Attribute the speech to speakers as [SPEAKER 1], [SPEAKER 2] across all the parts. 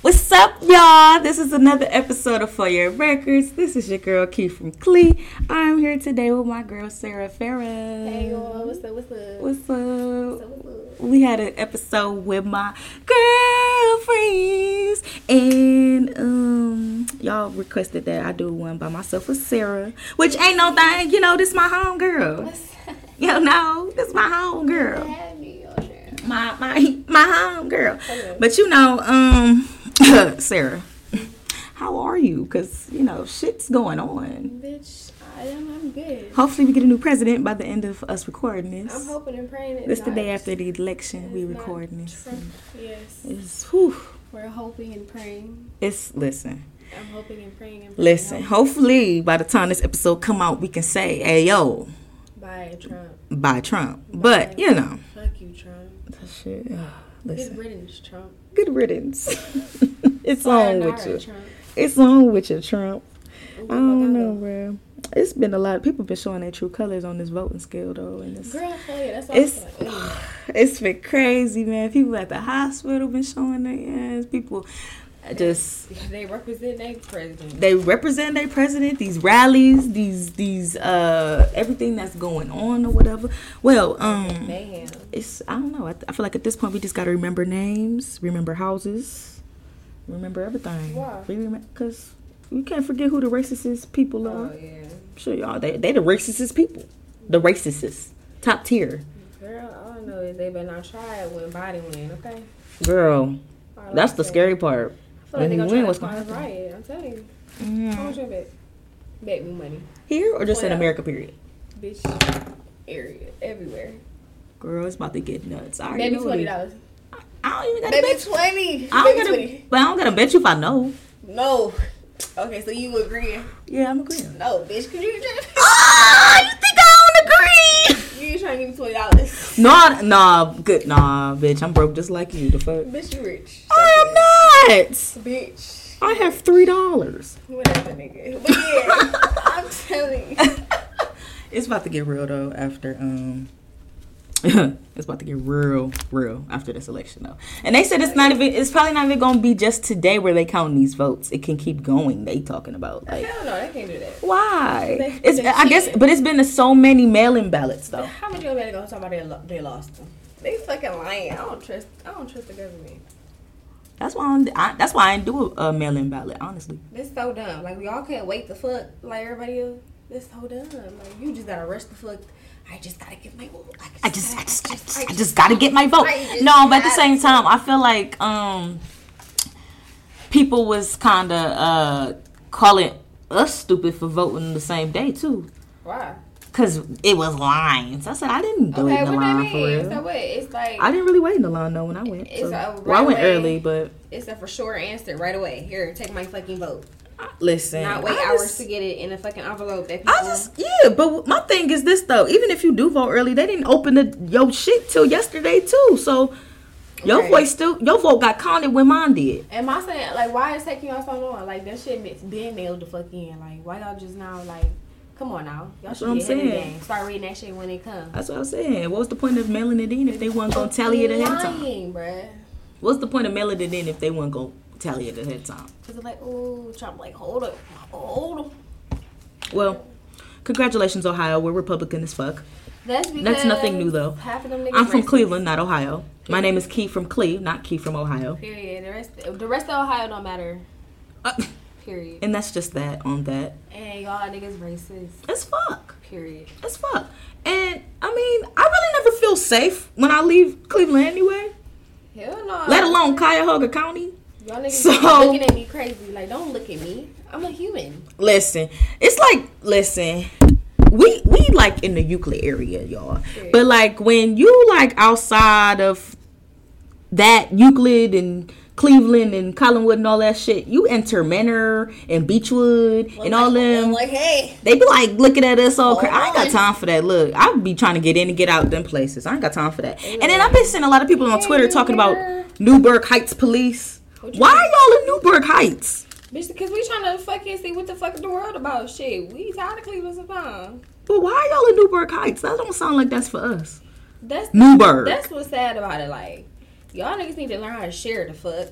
[SPEAKER 1] What's up, y'all? This is another episode of For Your Records. This is your girl Key from Clee. I'm here today with my girl Sarah Farah.
[SPEAKER 2] Hey y'all, what's up? What's up?
[SPEAKER 1] What's
[SPEAKER 2] What's up?
[SPEAKER 1] up?
[SPEAKER 2] What's up?
[SPEAKER 1] We had an episode with my girlfriends, and um, y'all requested that I do one by myself with Sarah, which ain't no thing. You know, this my home girl.
[SPEAKER 2] What's
[SPEAKER 1] You know, this my home girl
[SPEAKER 2] Have me, y'all. Sure.
[SPEAKER 1] my my my home girl. But you know, um, Sarah, how are you? Cause you know, shit's going on.
[SPEAKER 2] Bitch, I am. I'm good.
[SPEAKER 1] Hopefully, we get a new president by the end of us recording
[SPEAKER 2] I'm
[SPEAKER 1] this.
[SPEAKER 2] hoping and praying it's
[SPEAKER 1] This the
[SPEAKER 2] not-
[SPEAKER 1] day after the election. We
[SPEAKER 2] it's not
[SPEAKER 1] recording this.
[SPEAKER 2] Trump. Yes,
[SPEAKER 1] It's whew,
[SPEAKER 2] we're hoping and praying.
[SPEAKER 1] It's listen,
[SPEAKER 2] I'm hoping and praying and praying
[SPEAKER 1] listen. Hopefully, by the time this episode come out, we can say, "Hey yo,
[SPEAKER 2] By Trump.
[SPEAKER 1] by Trump." But you know,
[SPEAKER 2] Fuck you, Trump.
[SPEAKER 1] shit. ugh,
[SPEAKER 2] Get
[SPEAKER 1] Listen,
[SPEAKER 2] riddance, Trump.
[SPEAKER 1] good riddance. it's on with
[SPEAKER 2] Sayonara,
[SPEAKER 1] you.
[SPEAKER 2] Trump.
[SPEAKER 1] It's on with your Trump.
[SPEAKER 2] Ooh,
[SPEAKER 1] I don't know,
[SPEAKER 2] Magado.
[SPEAKER 1] bro. It's been a lot. Of people been showing their true colors on this voting scale, though, and it's
[SPEAKER 2] Girl, hell yeah, that's all.
[SPEAKER 1] it's
[SPEAKER 2] I'm saying. Ugh.
[SPEAKER 1] it's been crazy, man. People at the hospital been showing their ass. People just
[SPEAKER 2] they represent their president.
[SPEAKER 1] they represent their president. These rallies, these these uh everything that's going on or whatever. Well, um,
[SPEAKER 2] Mayhem.
[SPEAKER 1] it's I don't know. I, I feel like at this point we just gotta remember names, remember houses, remember everything.
[SPEAKER 2] Why?
[SPEAKER 1] We remember because you can't forget who the racist people are.
[SPEAKER 2] Oh yeah.
[SPEAKER 1] Sure, y'all. They they the racistest people. The racistest. Top tier.
[SPEAKER 2] Girl, all I don't know is they better not try it when Biden win. Okay.
[SPEAKER 1] Girl,
[SPEAKER 2] All I'm
[SPEAKER 1] that's the
[SPEAKER 2] saying.
[SPEAKER 1] scary part.
[SPEAKER 2] I feel like
[SPEAKER 1] When
[SPEAKER 2] they
[SPEAKER 1] he
[SPEAKER 2] gonna
[SPEAKER 1] win,
[SPEAKER 2] try
[SPEAKER 1] what's
[SPEAKER 2] to
[SPEAKER 1] gonna
[SPEAKER 2] cause
[SPEAKER 1] happen?
[SPEAKER 2] riot. I'm telling you. How much your bet? Bet me money,
[SPEAKER 1] Here or just in
[SPEAKER 2] Well-
[SPEAKER 1] America, period?
[SPEAKER 2] bitch. Area everywhere.
[SPEAKER 1] Girl, it's about to get nuts. I already
[SPEAKER 2] Maybe
[SPEAKER 1] know what
[SPEAKER 2] twenty
[SPEAKER 1] it is.
[SPEAKER 2] dollars.
[SPEAKER 1] I don't even gotta
[SPEAKER 2] Maybe
[SPEAKER 1] bet. I
[SPEAKER 2] twenty.
[SPEAKER 1] don't
[SPEAKER 2] Maybe
[SPEAKER 1] gotta,
[SPEAKER 2] twenty.
[SPEAKER 1] but I don't gotta bet you if I know.
[SPEAKER 2] No. Okay, so you agreeing?
[SPEAKER 1] Yeah, I'm agreeing.
[SPEAKER 2] No, bitch. Cause you trying
[SPEAKER 1] Ah, you think I don't agree?
[SPEAKER 2] to, you trying to give me twenty dollars?
[SPEAKER 1] Nah, nah, good, nah, bitch. I'm broke just like you. The fuck?
[SPEAKER 2] Bitch, you rich.
[SPEAKER 1] I am not.
[SPEAKER 2] Bitch.
[SPEAKER 1] I have three dollars.
[SPEAKER 2] Whatever, nigga. But yeah, I'm telling you.
[SPEAKER 1] it's about to get real though after um it's about to get real real after this election though and they said it's not even it's probably not even gonna be just today where they count these votes it can keep going they talking about like
[SPEAKER 2] Hell no, they can't do that.
[SPEAKER 1] why
[SPEAKER 2] They-
[SPEAKER 1] it's
[SPEAKER 2] they
[SPEAKER 1] i guess
[SPEAKER 2] can't.
[SPEAKER 1] but it's been so many mail-in ballots though
[SPEAKER 2] How much you gonna go talk about they, lo- they lost them? They fucking lying. I don't trust. I don't trust the government.
[SPEAKER 1] that's why I'm, I, that's why i didn't do a, a mail-in ballot honestly
[SPEAKER 2] This so dumb. Like we all can't wait the fuck like everybody else. This so dumb. Like you just gotta rush the fuck. I just gotta get my. vote.
[SPEAKER 1] I just, I just, I just, I just gotta get my vote.
[SPEAKER 2] Right,
[SPEAKER 1] No, but at the
[SPEAKER 2] exactly.
[SPEAKER 1] same time, I feel like um, people was kind of uh calling us stupid for voting the same day too,
[SPEAKER 2] Why?
[SPEAKER 1] cause it was lines. I said I didn't do it
[SPEAKER 2] Okay,
[SPEAKER 1] in the
[SPEAKER 2] what that
[SPEAKER 1] line for
[SPEAKER 2] mean?
[SPEAKER 1] real.
[SPEAKER 2] So what? It's like
[SPEAKER 1] I didn't really wait in the line though when I went.
[SPEAKER 2] It's
[SPEAKER 1] so-
[SPEAKER 2] a right
[SPEAKER 1] well, I went
[SPEAKER 2] away.
[SPEAKER 1] early, but
[SPEAKER 2] it's a for sure answer right away. Here, take my fucking vote.
[SPEAKER 1] listen,
[SPEAKER 2] Not wait
[SPEAKER 1] I
[SPEAKER 2] hours
[SPEAKER 1] just-
[SPEAKER 2] to get it in a fucking envelope. That people,
[SPEAKER 1] I just yeah, but my thing is this though. Even if you do vote early, they didn't open the your shit till yesterday too. So your
[SPEAKER 2] Right.
[SPEAKER 1] voice still your vote got counted when mine did.
[SPEAKER 2] Am I saying like why it's taking y'all so long? Like that shit it's been nailed the fuck in. Like why y'all just now like come on now. Y'all
[SPEAKER 1] That's
[SPEAKER 2] should
[SPEAKER 1] what I'm
[SPEAKER 2] be ahead of the
[SPEAKER 1] saying.
[SPEAKER 2] game. Start reading that shit when it comes.
[SPEAKER 1] That's what I'm saying. What was the point of mailing it in if they weren't gonna tally it ahead of time?
[SPEAKER 2] Lying, bruh.
[SPEAKER 1] What's the point of mailing it in if they weren't gonna tally it ahead of time?
[SPEAKER 2] Cause they're like, oh, Trump, like, hold up, hold up.
[SPEAKER 1] Well, congratulations, Ohio. We're Republican as fuck.
[SPEAKER 2] That's because
[SPEAKER 1] That's nothing new, though.
[SPEAKER 2] Half of them niggas
[SPEAKER 1] I'm from
[SPEAKER 2] racist.
[SPEAKER 1] Cleveland, not Ohio. My name is Key from Cleve, not Key from Ohio.
[SPEAKER 2] Period. The rest, the rest of Ohio don't matter.
[SPEAKER 1] Uh,
[SPEAKER 2] Period.
[SPEAKER 1] and that's just that on that.
[SPEAKER 2] And y'all niggas racist.
[SPEAKER 1] As fuck.
[SPEAKER 2] Period.
[SPEAKER 1] As fuck. And I mean, I really never feel safe when I leave Cleveland anyway,
[SPEAKER 2] Hell no.
[SPEAKER 1] let alone Cuyahoga County.
[SPEAKER 2] y'all niggas
[SPEAKER 1] So-
[SPEAKER 2] looking at me crazy. Like, don't look at me. I'm a human.
[SPEAKER 1] Listen, it's like listen. We we like in the Euclid area, y'all.
[SPEAKER 2] Yeah.
[SPEAKER 1] But like when you like outside of that Euclid and Cleveland and Collinwood and all that shit, you enter Manor and Beechwood and all them.
[SPEAKER 2] I'm like, hey,
[SPEAKER 1] They be like looking at us all. Cra-
[SPEAKER 2] Hold
[SPEAKER 1] I ain't got
[SPEAKER 2] on.
[SPEAKER 1] time for that. Look, I be trying to get in and get out them places. I ain't got time for that. And then I've been seeing a lot of people on Twitter talking
[SPEAKER 2] Yeah.
[SPEAKER 1] about Newburgh Heights police.
[SPEAKER 2] What you
[SPEAKER 1] Why are y'all in Newburgh Heights?
[SPEAKER 2] bitch, because we trying to fucking see what the fuck the world about. Shit, we tired of Cleveland sometimes.
[SPEAKER 1] But why are y'all in Newburgh Heights? That don't sound like that's for us.
[SPEAKER 2] That's
[SPEAKER 1] Newburgh.
[SPEAKER 2] that's what's sad about it. Like, Y'all niggas need to learn how to share the fuck.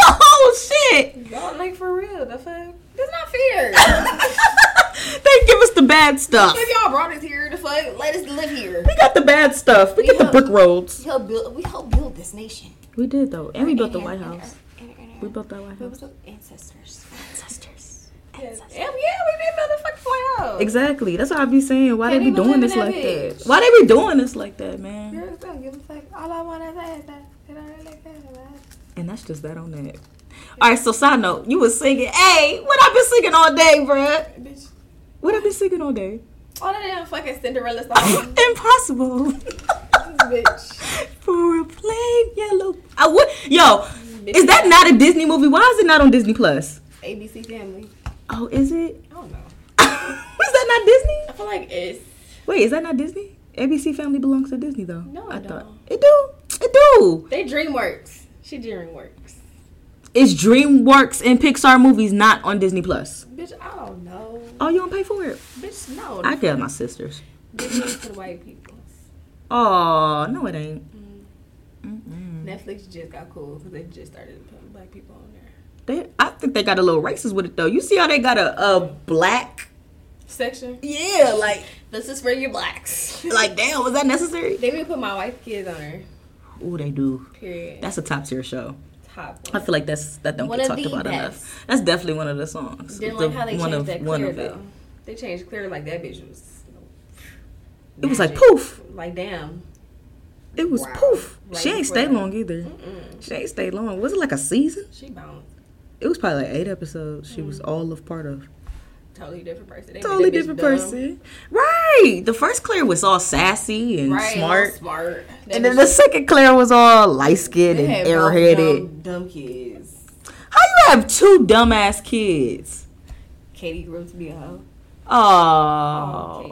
[SPEAKER 1] oh shit!
[SPEAKER 2] Y'all like for real, the fuck. That's not fair.
[SPEAKER 1] they give us the bad stuff.
[SPEAKER 2] if y'all brought us here, the fuck, let us live here.
[SPEAKER 1] We got the bad stuff. We get the
[SPEAKER 2] Yeah.
[SPEAKER 1] brick roads.
[SPEAKER 2] We helped build, we helped build this nation.
[SPEAKER 1] We did though, and we built the
[SPEAKER 2] And-
[SPEAKER 1] White
[SPEAKER 2] and-
[SPEAKER 1] House.
[SPEAKER 2] and- and- and-
[SPEAKER 1] We built that White
[SPEAKER 2] What
[SPEAKER 1] House.
[SPEAKER 2] was it? Ancestors.
[SPEAKER 1] Ancestors.
[SPEAKER 2] Yes. Yeah, yeah, we did build the fucking White House.
[SPEAKER 1] Exactly. That's what I be saying. Why
[SPEAKER 2] Can't
[SPEAKER 1] they be
[SPEAKER 2] even
[SPEAKER 1] doing
[SPEAKER 2] live in
[SPEAKER 1] this
[SPEAKER 2] that
[SPEAKER 1] like
[SPEAKER 2] bitch.
[SPEAKER 1] that? Why they be doing this like that, man?
[SPEAKER 2] Girls don't give a fuck. All I want is ass. that- that I really like that, that.
[SPEAKER 1] And that's just that on that. All right. So side note, you was singing. Hey, what I been singing all day, bruh?
[SPEAKER 2] Bitch.
[SPEAKER 1] What I been singing all day?
[SPEAKER 2] All of them fucking Cinderella songs.
[SPEAKER 1] Impossible.
[SPEAKER 2] bitch.
[SPEAKER 1] For a plain yellow. I would. Yo, is that not a Disney movie? Why is it not on Disney Plus?
[SPEAKER 2] ABC Family.
[SPEAKER 1] Oh, is it?
[SPEAKER 2] I don't know.
[SPEAKER 1] is that not Disney?
[SPEAKER 2] I feel like it's.
[SPEAKER 1] Wait, is that not Disney? ABC Family belongs to Disney though.
[SPEAKER 2] No,
[SPEAKER 1] I
[SPEAKER 2] it
[SPEAKER 1] thought
[SPEAKER 2] don't.
[SPEAKER 1] it do. It do.
[SPEAKER 2] They DreamWorks. She DreamWorks.
[SPEAKER 1] It's DreamWorks and Pixar movies not on Disney Plus.
[SPEAKER 2] Bitch, I don't know.
[SPEAKER 1] Oh, you don't pay for it?
[SPEAKER 2] Bitch, no.
[SPEAKER 1] I get my sisters.
[SPEAKER 2] Disney to the white people.
[SPEAKER 1] Oh no, it ain't.
[SPEAKER 2] Mm.
[SPEAKER 1] Mm-mm.
[SPEAKER 2] Netflix just got cool because they just started putting black people on there.
[SPEAKER 1] They, I think they got a little racist with it though. You see how they got a, a black?
[SPEAKER 2] Section.
[SPEAKER 1] Yeah, like
[SPEAKER 2] This is for your blacks.
[SPEAKER 1] like damn, was that necessary?
[SPEAKER 2] they even put my wife kids on there.
[SPEAKER 1] Oh, they do.
[SPEAKER 2] Period.
[SPEAKER 1] That's a top tier show.
[SPEAKER 2] top.
[SPEAKER 1] I
[SPEAKER 2] One.
[SPEAKER 1] feel like that's that don't
[SPEAKER 2] One
[SPEAKER 1] get
[SPEAKER 2] of
[SPEAKER 1] talked
[SPEAKER 2] the
[SPEAKER 1] about
[SPEAKER 2] best.
[SPEAKER 1] enough. That's definitely one of the songs.
[SPEAKER 2] Didn't
[SPEAKER 1] The
[SPEAKER 2] like how they
[SPEAKER 1] one
[SPEAKER 2] changed
[SPEAKER 1] of-
[SPEAKER 2] that
[SPEAKER 1] one
[SPEAKER 2] clear
[SPEAKER 1] of it.
[SPEAKER 2] though. They changed clear like that bitch was.
[SPEAKER 1] It was like
[SPEAKER 2] magic.
[SPEAKER 1] poof.
[SPEAKER 2] Like damn.
[SPEAKER 1] It was
[SPEAKER 2] Wow.
[SPEAKER 1] poof.
[SPEAKER 2] Like, Mm-hmm.
[SPEAKER 1] she ain't stay
[SPEAKER 2] bruh.
[SPEAKER 1] long either.
[SPEAKER 2] Mm-mm.
[SPEAKER 1] She ain't stay long. Was it like a season?
[SPEAKER 2] She bounced.
[SPEAKER 1] It was probably like eight episodes. She was all of part of.
[SPEAKER 2] Totally different person. They made
[SPEAKER 1] Totally
[SPEAKER 2] Mm. that bitch
[SPEAKER 1] different
[SPEAKER 2] dumb.
[SPEAKER 1] person. Right. The first Claire was all sassy and
[SPEAKER 2] Right.
[SPEAKER 1] smart.
[SPEAKER 2] Smart. Smart.
[SPEAKER 1] And then the second Claire was all light skinned
[SPEAKER 2] They
[SPEAKER 1] and
[SPEAKER 2] had
[SPEAKER 1] arrowheaded.
[SPEAKER 2] both Dumb, dumb kids.
[SPEAKER 1] How you have two dumbass kids?
[SPEAKER 2] Katie grew up to be a hoe. Oh,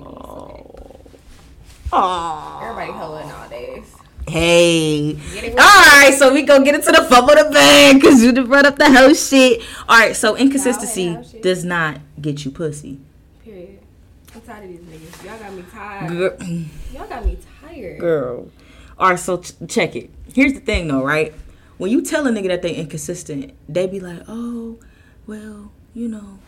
[SPEAKER 1] Oh.
[SPEAKER 2] Everybody
[SPEAKER 1] Oh.
[SPEAKER 2] hoeing nowadays.
[SPEAKER 1] Hey.
[SPEAKER 2] Get it
[SPEAKER 1] All right, so we gonna get into the bubble the bag because you done brought up the whole shit. All right, so inconsistency
[SPEAKER 2] Nah, I hate that shit.
[SPEAKER 1] does not get you pussy.
[SPEAKER 2] Period. I'm tired of these niggas. Y'all got me tired.
[SPEAKER 1] Girl.
[SPEAKER 2] Y'all got me tired.
[SPEAKER 1] Girl. All right, so ch- check it. Here's the thing, though, right? When you tell a nigga that they inconsistent, they be like, oh, well, you know,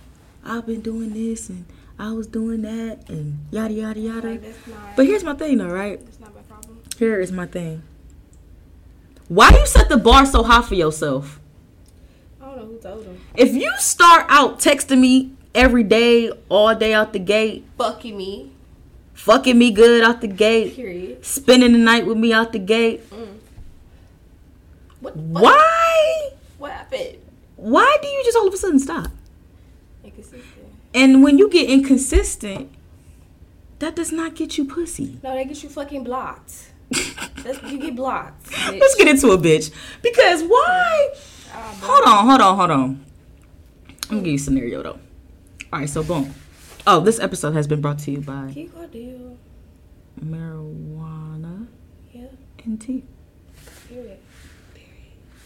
[SPEAKER 1] I've been doing this and I was doing that and yada, yada, yada.
[SPEAKER 2] Like, that's not.
[SPEAKER 1] But here's my thing, though, right?
[SPEAKER 2] that's not my problem.
[SPEAKER 1] Here is my thing. Why do you set the bar so high for yourself?
[SPEAKER 2] I don't know who told them.
[SPEAKER 1] If you start out texting me every day, all day out the gate,
[SPEAKER 2] Fucking me.
[SPEAKER 1] fucking me good out the gate,
[SPEAKER 2] Period.
[SPEAKER 1] spending the night with me out the gate,
[SPEAKER 2] Mm. What? the fuck?
[SPEAKER 1] why?
[SPEAKER 2] What happened?
[SPEAKER 1] Why do you just all of a sudden stop?
[SPEAKER 2] Inconsistent.
[SPEAKER 1] And when you get inconsistent, that does not get you pussy.
[SPEAKER 2] No, they get you fucking blocked. That's, you get blocked. bitch.
[SPEAKER 1] Let's get into a bitch. Because why?
[SPEAKER 2] Ah, bro.
[SPEAKER 1] Hold on, hold on, hold on. I'm gonna give you a scenario though. All right, so boom. Oh, this episode has been brought to you by
[SPEAKER 2] Keep going, deal.
[SPEAKER 1] marijuana
[SPEAKER 2] Yeah.
[SPEAKER 1] and tea.
[SPEAKER 2] Period.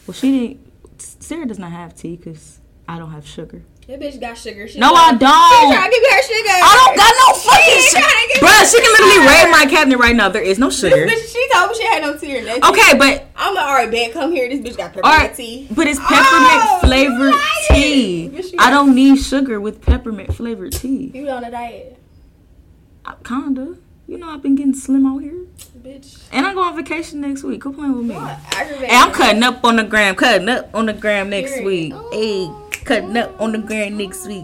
[SPEAKER 1] Well, she didn't. Sarah does not have tea because I don't have sugar.
[SPEAKER 2] That bitch got sugar. She
[SPEAKER 1] No, I
[SPEAKER 2] trying- She
[SPEAKER 1] don't.
[SPEAKER 2] trying to give me her sugar.
[SPEAKER 1] I don't got no fucking
[SPEAKER 2] ain't gotta
[SPEAKER 1] sugar.
[SPEAKER 2] give
[SPEAKER 1] Bruh,
[SPEAKER 2] me
[SPEAKER 1] she can literally
[SPEAKER 2] sugar.
[SPEAKER 1] raid my cabinet right now. There is no sugar.
[SPEAKER 2] This bitch, she told me she had no tea in that.
[SPEAKER 1] Okay, but
[SPEAKER 2] I'm like, all right, babe, come here. This bitch got
[SPEAKER 1] all
[SPEAKER 2] peppermint
[SPEAKER 1] right,
[SPEAKER 2] tea.
[SPEAKER 1] but it's peppermint
[SPEAKER 2] Oh, you
[SPEAKER 1] flavored
[SPEAKER 2] lying. Yes,
[SPEAKER 1] tea.
[SPEAKER 2] you
[SPEAKER 1] I
[SPEAKER 2] are.
[SPEAKER 1] don't need sugar with peppermint flavored tea.
[SPEAKER 2] You on a diet,
[SPEAKER 1] I, kinda. You know I've been getting slim out here,
[SPEAKER 2] bitch.
[SPEAKER 1] and I'm going on vacation next week. Go playing with me.
[SPEAKER 2] Y'all aggravating.
[SPEAKER 1] Hey, I'm cutting up on the gram, cutting up on the gram next
[SPEAKER 2] Period.
[SPEAKER 1] week.
[SPEAKER 2] Oh.
[SPEAKER 1] Hey, cutting up on the gram next week.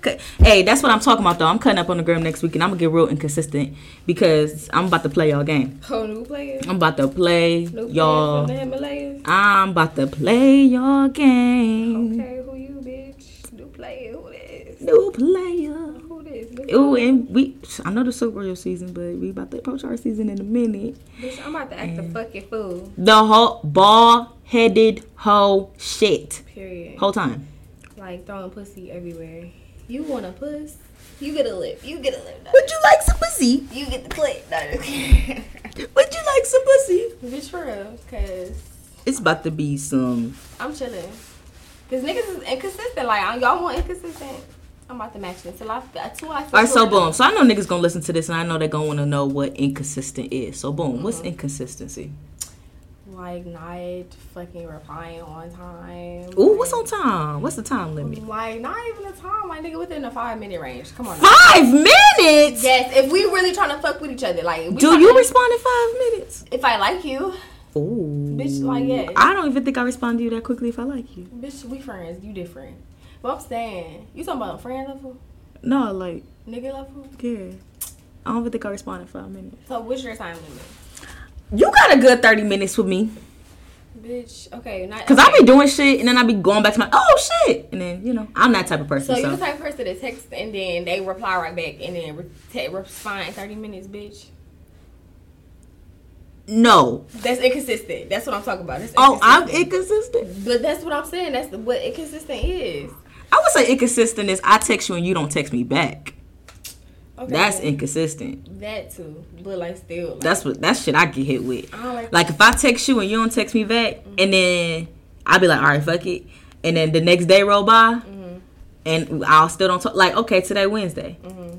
[SPEAKER 1] Cut- Hey, that's what I'm talking about though. I'm cutting up on the gram next week, and I'm gonna get real inconsistent because I'm about to play y'all game.
[SPEAKER 2] Oh, new player.
[SPEAKER 1] I'm about to play
[SPEAKER 2] New player from
[SPEAKER 1] y'all.
[SPEAKER 2] the Himalayas.
[SPEAKER 1] I'm about to play y'all game.
[SPEAKER 2] Okay, who you, bitch? New player. Who this?
[SPEAKER 1] New player.
[SPEAKER 2] Who this? New
[SPEAKER 1] Ooh, and we, I know the Super Bowl season, but we about to approach our season in a minute.
[SPEAKER 2] Bitch, I'm about to act a fucking fool.
[SPEAKER 1] The whole ball headed hoe shit.
[SPEAKER 2] Period.
[SPEAKER 1] Whole time.
[SPEAKER 2] Like throwing pussy everywhere. You want a puss? You get a lip. You get a lip. No.
[SPEAKER 1] Would you like some pussy?
[SPEAKER 2] You get the clit. No. okay.
[SPEAKER 1] Would you like some pussy?
[SPEAKER 2] bitch, for real, cause
[SPEAKER 1] It's about to be some.
[SPEAKER 2] I'm chilling. Cause niggas is inconsistent. Like I- y'all want inconsistent. I'm about to match this. So I, until I feel
[SPEAKER 1] All right, so
[SPEAKER 2] sorta-
[SPEAKER 1] boom. So I know niggas gonna Uh-huh. listen to this, and I know they're gonna wanna know what inconsistent is. So boom, what's inconsistency?
[SPEAKER 2] Wow. like not fucking replying on time.
[SPEAKER 1] Ooh, what's on time? What's the time limit?
[SPEAKER 2] Like not even a time, like nigga within the five minute range. Come on. now.
[SPEAKER 1] Five minutes.
[SPEAKER 2] Yes, if we really trying to fuck with each other, like we
[SPEAKER 1] Do
[SPEAKER 2] tryna-
[SPEAKER 1] you respond in five minutes?
[SPEAKER 2] If I like you,
[SPEAKER 1] Ooh,
[SPEAKER 2] Bitch, like, yeah.
[SPEAKER 1] I don't even think I respond to you that quickly if I like you.
[SPEAKER 2] bitch, we friends. You different. But I'm saying, you talking about friend level,
[SPEAKER 1] No, like
[SPEAKER 2] nigga level.
[SPEAKER 1] yeah. I don't even think I respond in five minutes.
[SPEAKER 2] So what's your time limit,
[SPEAKER 1] You got a good thirty minutes with me,
[SPEAKER 2] bitch? Okay, not
[SPEAKER 1] cause I be doing shit and then I be going back to my oh shit, and then you know I'm that type of person.
[SPEAKER 2] So
[SPEAKER 1] So,
[SPEAKER 2] you the type of person that text and then they reply right back and then re- te- respond in thirty minutes, bitch.
[SPEAKER 1] no,
[SPEAKER 2] That's inconsistent. That's what I'm talking about. That's
[SPEAKER 1] oh I'm
[SPEAKER 2] inconsistent.
[SPEAKER 1] inconsistent.
[SPEAKER 2] But that's what I'm saying. That's what inconsistent is.
[SPEAKER 1] I would say inconsistent is I text you and you don't text me back.
[SPEAKER 2] Okay.
[SPEAKER 1] That's inconsistent.
[SPEAKER 2] that too. But like still, like,
[SPEAKER 1] That's what that shit I get hit with.
[SPEAKER 2] I don't like.
[SPEAKER 1] Like if I text you and you don't text me back, and then I'll be like, all right, fuck it. And then the next day roll by,
[SPEAKER 2] Mm-hmm.
[SPEAKER 1] and I'll still don't talk. Like okay, today Wednesday,
[SPEAKER 2] mm-hmm,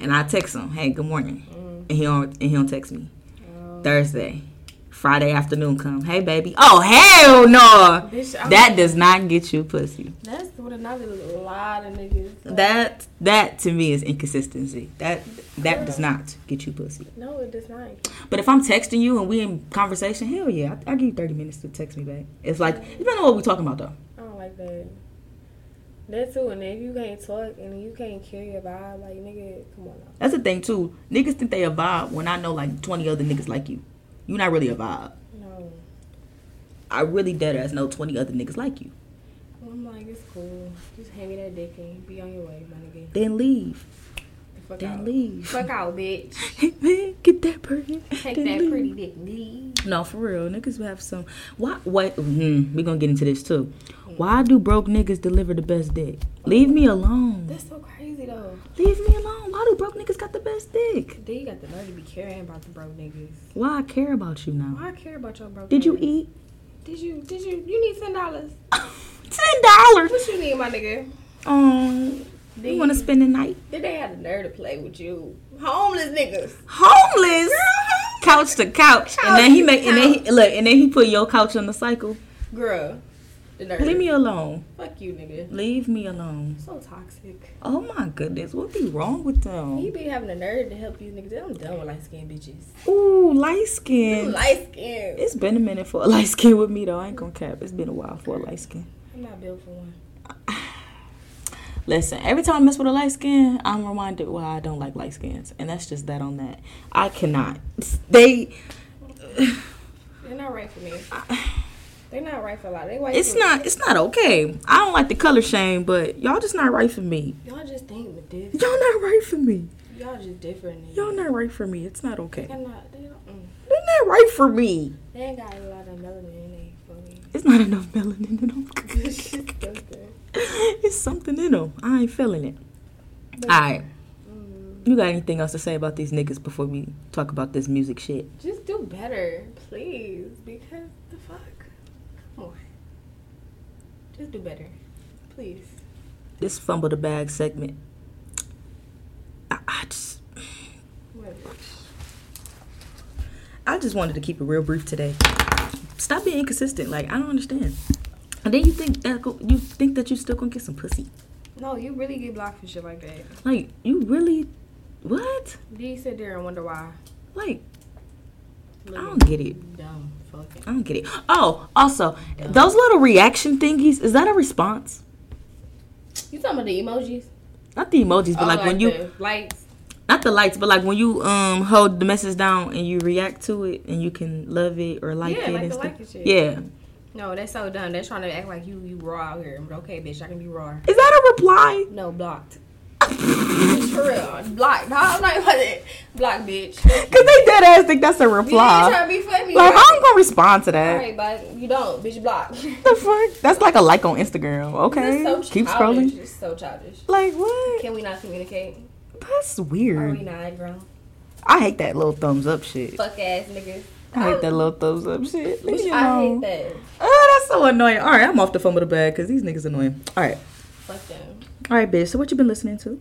[SPEAKER 1] and I text him, hey, good morning, and he don't and he don't text me.
[SPEAKER 2] mm-hmm.
[SPEAKER 1] Thursday, Friday afternoon come, hey baby, oh hell no,
[SPEAKER 2] Bitch, I'm-
[SPEAKER 1] that does not get you pussy.
[SPEAKER 2] That's what another lot of niggas. like,
[SPEAKER 1] That that to me is inconsistency. That that does not get you pussy.
[SPEAKER 2] No, it does not.
[SPEAKER 1] But if I'm texting you and we in conversation, hell yeah, I, I give you 30 minutes to text me back. It's like, depending on what we're talking about though.
[SPEAKER 2] I don't like that. That too, and if you can't talk and you can't kill your vibe, like nigga, come on now.
[SPEAKER 1] That's the thing too. Niggas think they a vibe when I know like 20 other niggas like you. you not really a vibe.
[SPEAKER 2] No,
[SPEAKER 1] I really dead ass know 20 other niggas like you.
[SPEAKER 2] I'm like it's cool. Just hand me that dick and be on your way, my nigga.
[SPEAKER 1] Then leave.
[SPEAKER 2] The fuck
[SPEAKER 1] Then
[SPEAKER 2] out.
[SPEAKER 1] leave.
[SPEAKER 2] Fuck out, bitch.
[SPEAKER 1] Hey man, get that pretty.
[SPEAKER 2] Take
[SPEAKER 1] Then
[SPEAKER 2] that
[SPEAKER 1] leave.
[SPEAKER 2] pretty dick, nigga.
[SPEAKER 1] No, for real. Niggas will have some. Why? What? Mm, we gonna get into this too. Why do broke niggas deliver the best dick? Leave me alone.
[SPEAKER 2] That's so crazy though.
[SPEAKER 1] Leave me alone. Why do broke niggas got the best dick?
[SPEAKER 2] Then you got the nerve to be caring about the broke niggas.
[SPEAKER 1] Why I care about you now?
[SPEAKER 2] Why I care about your broke?
[SPEAKER 1] Did you
[SPEAKER 2] niggas?
[SPEAKER 1] eat?
[SPEAKER 2] Did you? Did you? You need ten dollars.
[SPEAKER 1] Ten dollars.
[SPEAKER 2] What you need, my nigga?
[SPEAKER 1] Um, you want to spend the night?
[SPEAKER 2] Then they had the nerve to play with you, homeless niggas.
[SPEAKER 1] Homeless. Couch to couch, and then he
[SPEAKER 2] Couch to
[SPEAKER 1] make, and then he, look, and then he put your couch on the cycle.
[SPEAKER 2] Girl, the nerve.
[SPEAKER 1] Leave me alone.
[SPEAKER 2] Fuck you, nigga.
[SPEAKER 1] Leave me alone.
[SPEAKER 2] So toxic.
[SPEAKER 1] Oh my goodness, what be wrong with
[SPEAKER 2] He
[SPEAKER 1] them?
[SPEAKER 2] be having the nerve to help these niggas. I'm done with light skinned bitches.
[SPEAKER 1] Ooh, light skin.
[SPEAKER 2] Light skinned.
[SPEAKER 1] It's been a minute for a light skin with me though. I ain't gonna cap. It's been a while for a light skin.
[SPEAKER 2] I'm not built for one.
[SPEAKER 1] Listen, every time I mess with a light skin, I'm reminded why I don't like light skins, and that's just that on that. I cannot. They.
[SPEAKER 2] They're not right for me. They're not right for a lot. They white.
[SPEAKER 1] It's
[SPEAKER 2] people.
[SPEAKER 1] not. It's not okay. I don't like the color shame, but y'all just not right for me.
[SPEAKER 2] Y'all just think with
[SPEAKER 1] Y'all
[SPEAKER 2] this.
[SPEAKER 1] not right for me.
[SPEAKER 2] Y'all just different. Nigga.
[SPEAKER 1] Y'all not right for me. It's not okay.
[SPEAKER 2] They're not. They don't. Mm.
[SPEAKER 1] They're not right for me.
[SPEAKER 2] They ain't got a lot of melanin in they for me.
[SPEAKER 1] It's not enough melanin in them.
[SPEAKER 2] This shit's disgusting.
[SPEAKER 1] it's something in them. I ain't feeling it.
[SPEAKER 2] But-
[SPEAKER 1] All right.
[SPEAKER 2] Mm,
[SPEAKER 1] You got anything else to say about these niggas before we talk about this music shit?
[SPEAKER 2] just do better, please. Because the fuck? Come on. Just do better. Please.
[SPEAKER 1] This fumble the bag segment. I, I just.
[SPEAKER 2] What?
[SPEAKER 1] I just wanted to keep it real brief today. Stop being inconsistent. Like I don't understand. And then you think that go, you think that you still gonna get some pussy.
[SPEAKER 2] No, you really get blocked for shit like that.
[SPEAKER 1] Like you really, what?
[SPEAKER 2] Do you sit there and wonder why?
[SPEAKER 1] Like I
[SPEAKER 2] Look at
[SPEAKER 1] don't get it.
[SPEAKER 2] Dumb fucking.
[SPEAKER 1] I don't get it. Oh, also those little reaction thingies. Is that a response?
[SPEAKER 2] You talking about the emojis?
[SPEAKER 1] Not the emojis, but
[SPEAKER 2] Oh,
[SPEAKER 1] like, when you
[SPEAKER 2] the lights.
[SPEAKER 1] not the lights, but like when you um hold the message down and you react to it and you can love it or like
[SPEAKER 2] Yeah,
[SPEAKER 1] it
[SPEAKER 2] like
[SPEAKER 1] and
[SPEAKER 2] the
[SPEAKER 1] stuff.
[SPEAKER 2] like and shit.
[SPEAKER 1] Yeah.
[SPEAKER 2] No, that's so dumb. They're trying to act like you you raw out here. But okay, bitch, I can be raw.
[SPEAKER 1] Is that a reply?
[SPEAKER 2] No, blocked. for real, blocked. No, I'm not about it. Blocked, bitch. You
[SPEAKER 1] Cause they dead ass think that's a
[SPEAKER 2] ain't trying
[SPEAKER 1] reply.
[SPEAKER 2] to be funny.
[SPEAKER 1] Like how I'm gonna respond to that?
[SPEAKER 2] Alright, but you don't, bitch. Blocked.
[SPEAKER 1] the fuck? That's like a like on Instagram. Okay.
[SPEAKER 2] This is so
[SPEAKER 1] Keep
[SPEAKER 2] childish.
[SPEAKER 1] scrolling.
[SPEAKER 2] It's so childish.
[SPEAKER 1] Like what?
[SPEAKER 2] Can we Oh, not communicate?
[SPEAKER 1] That's
[SPEAKER 2] Are we
[SPEAKER 1] weird.
[SPEAKER 2] not grown?
[SPEAKER 1] I hate that little thumbs up shit.
[SPEAKER 2] Fuck ass niggas.
[SPEAKER 1] I hate that little thumbs up shit. Leave me
[SPEAKER 2] I hate
[SPEAKER 1] alone.
[SPEAKER 2] that.
[SPEAKER 1] Oh, that's so annoying. All right, I'm off the phone with a bag because these niggas annoying. All right,
[SPEAKER 2] Fuck them.
[SPEAKER 1] all right, bitch. So what you been listening to?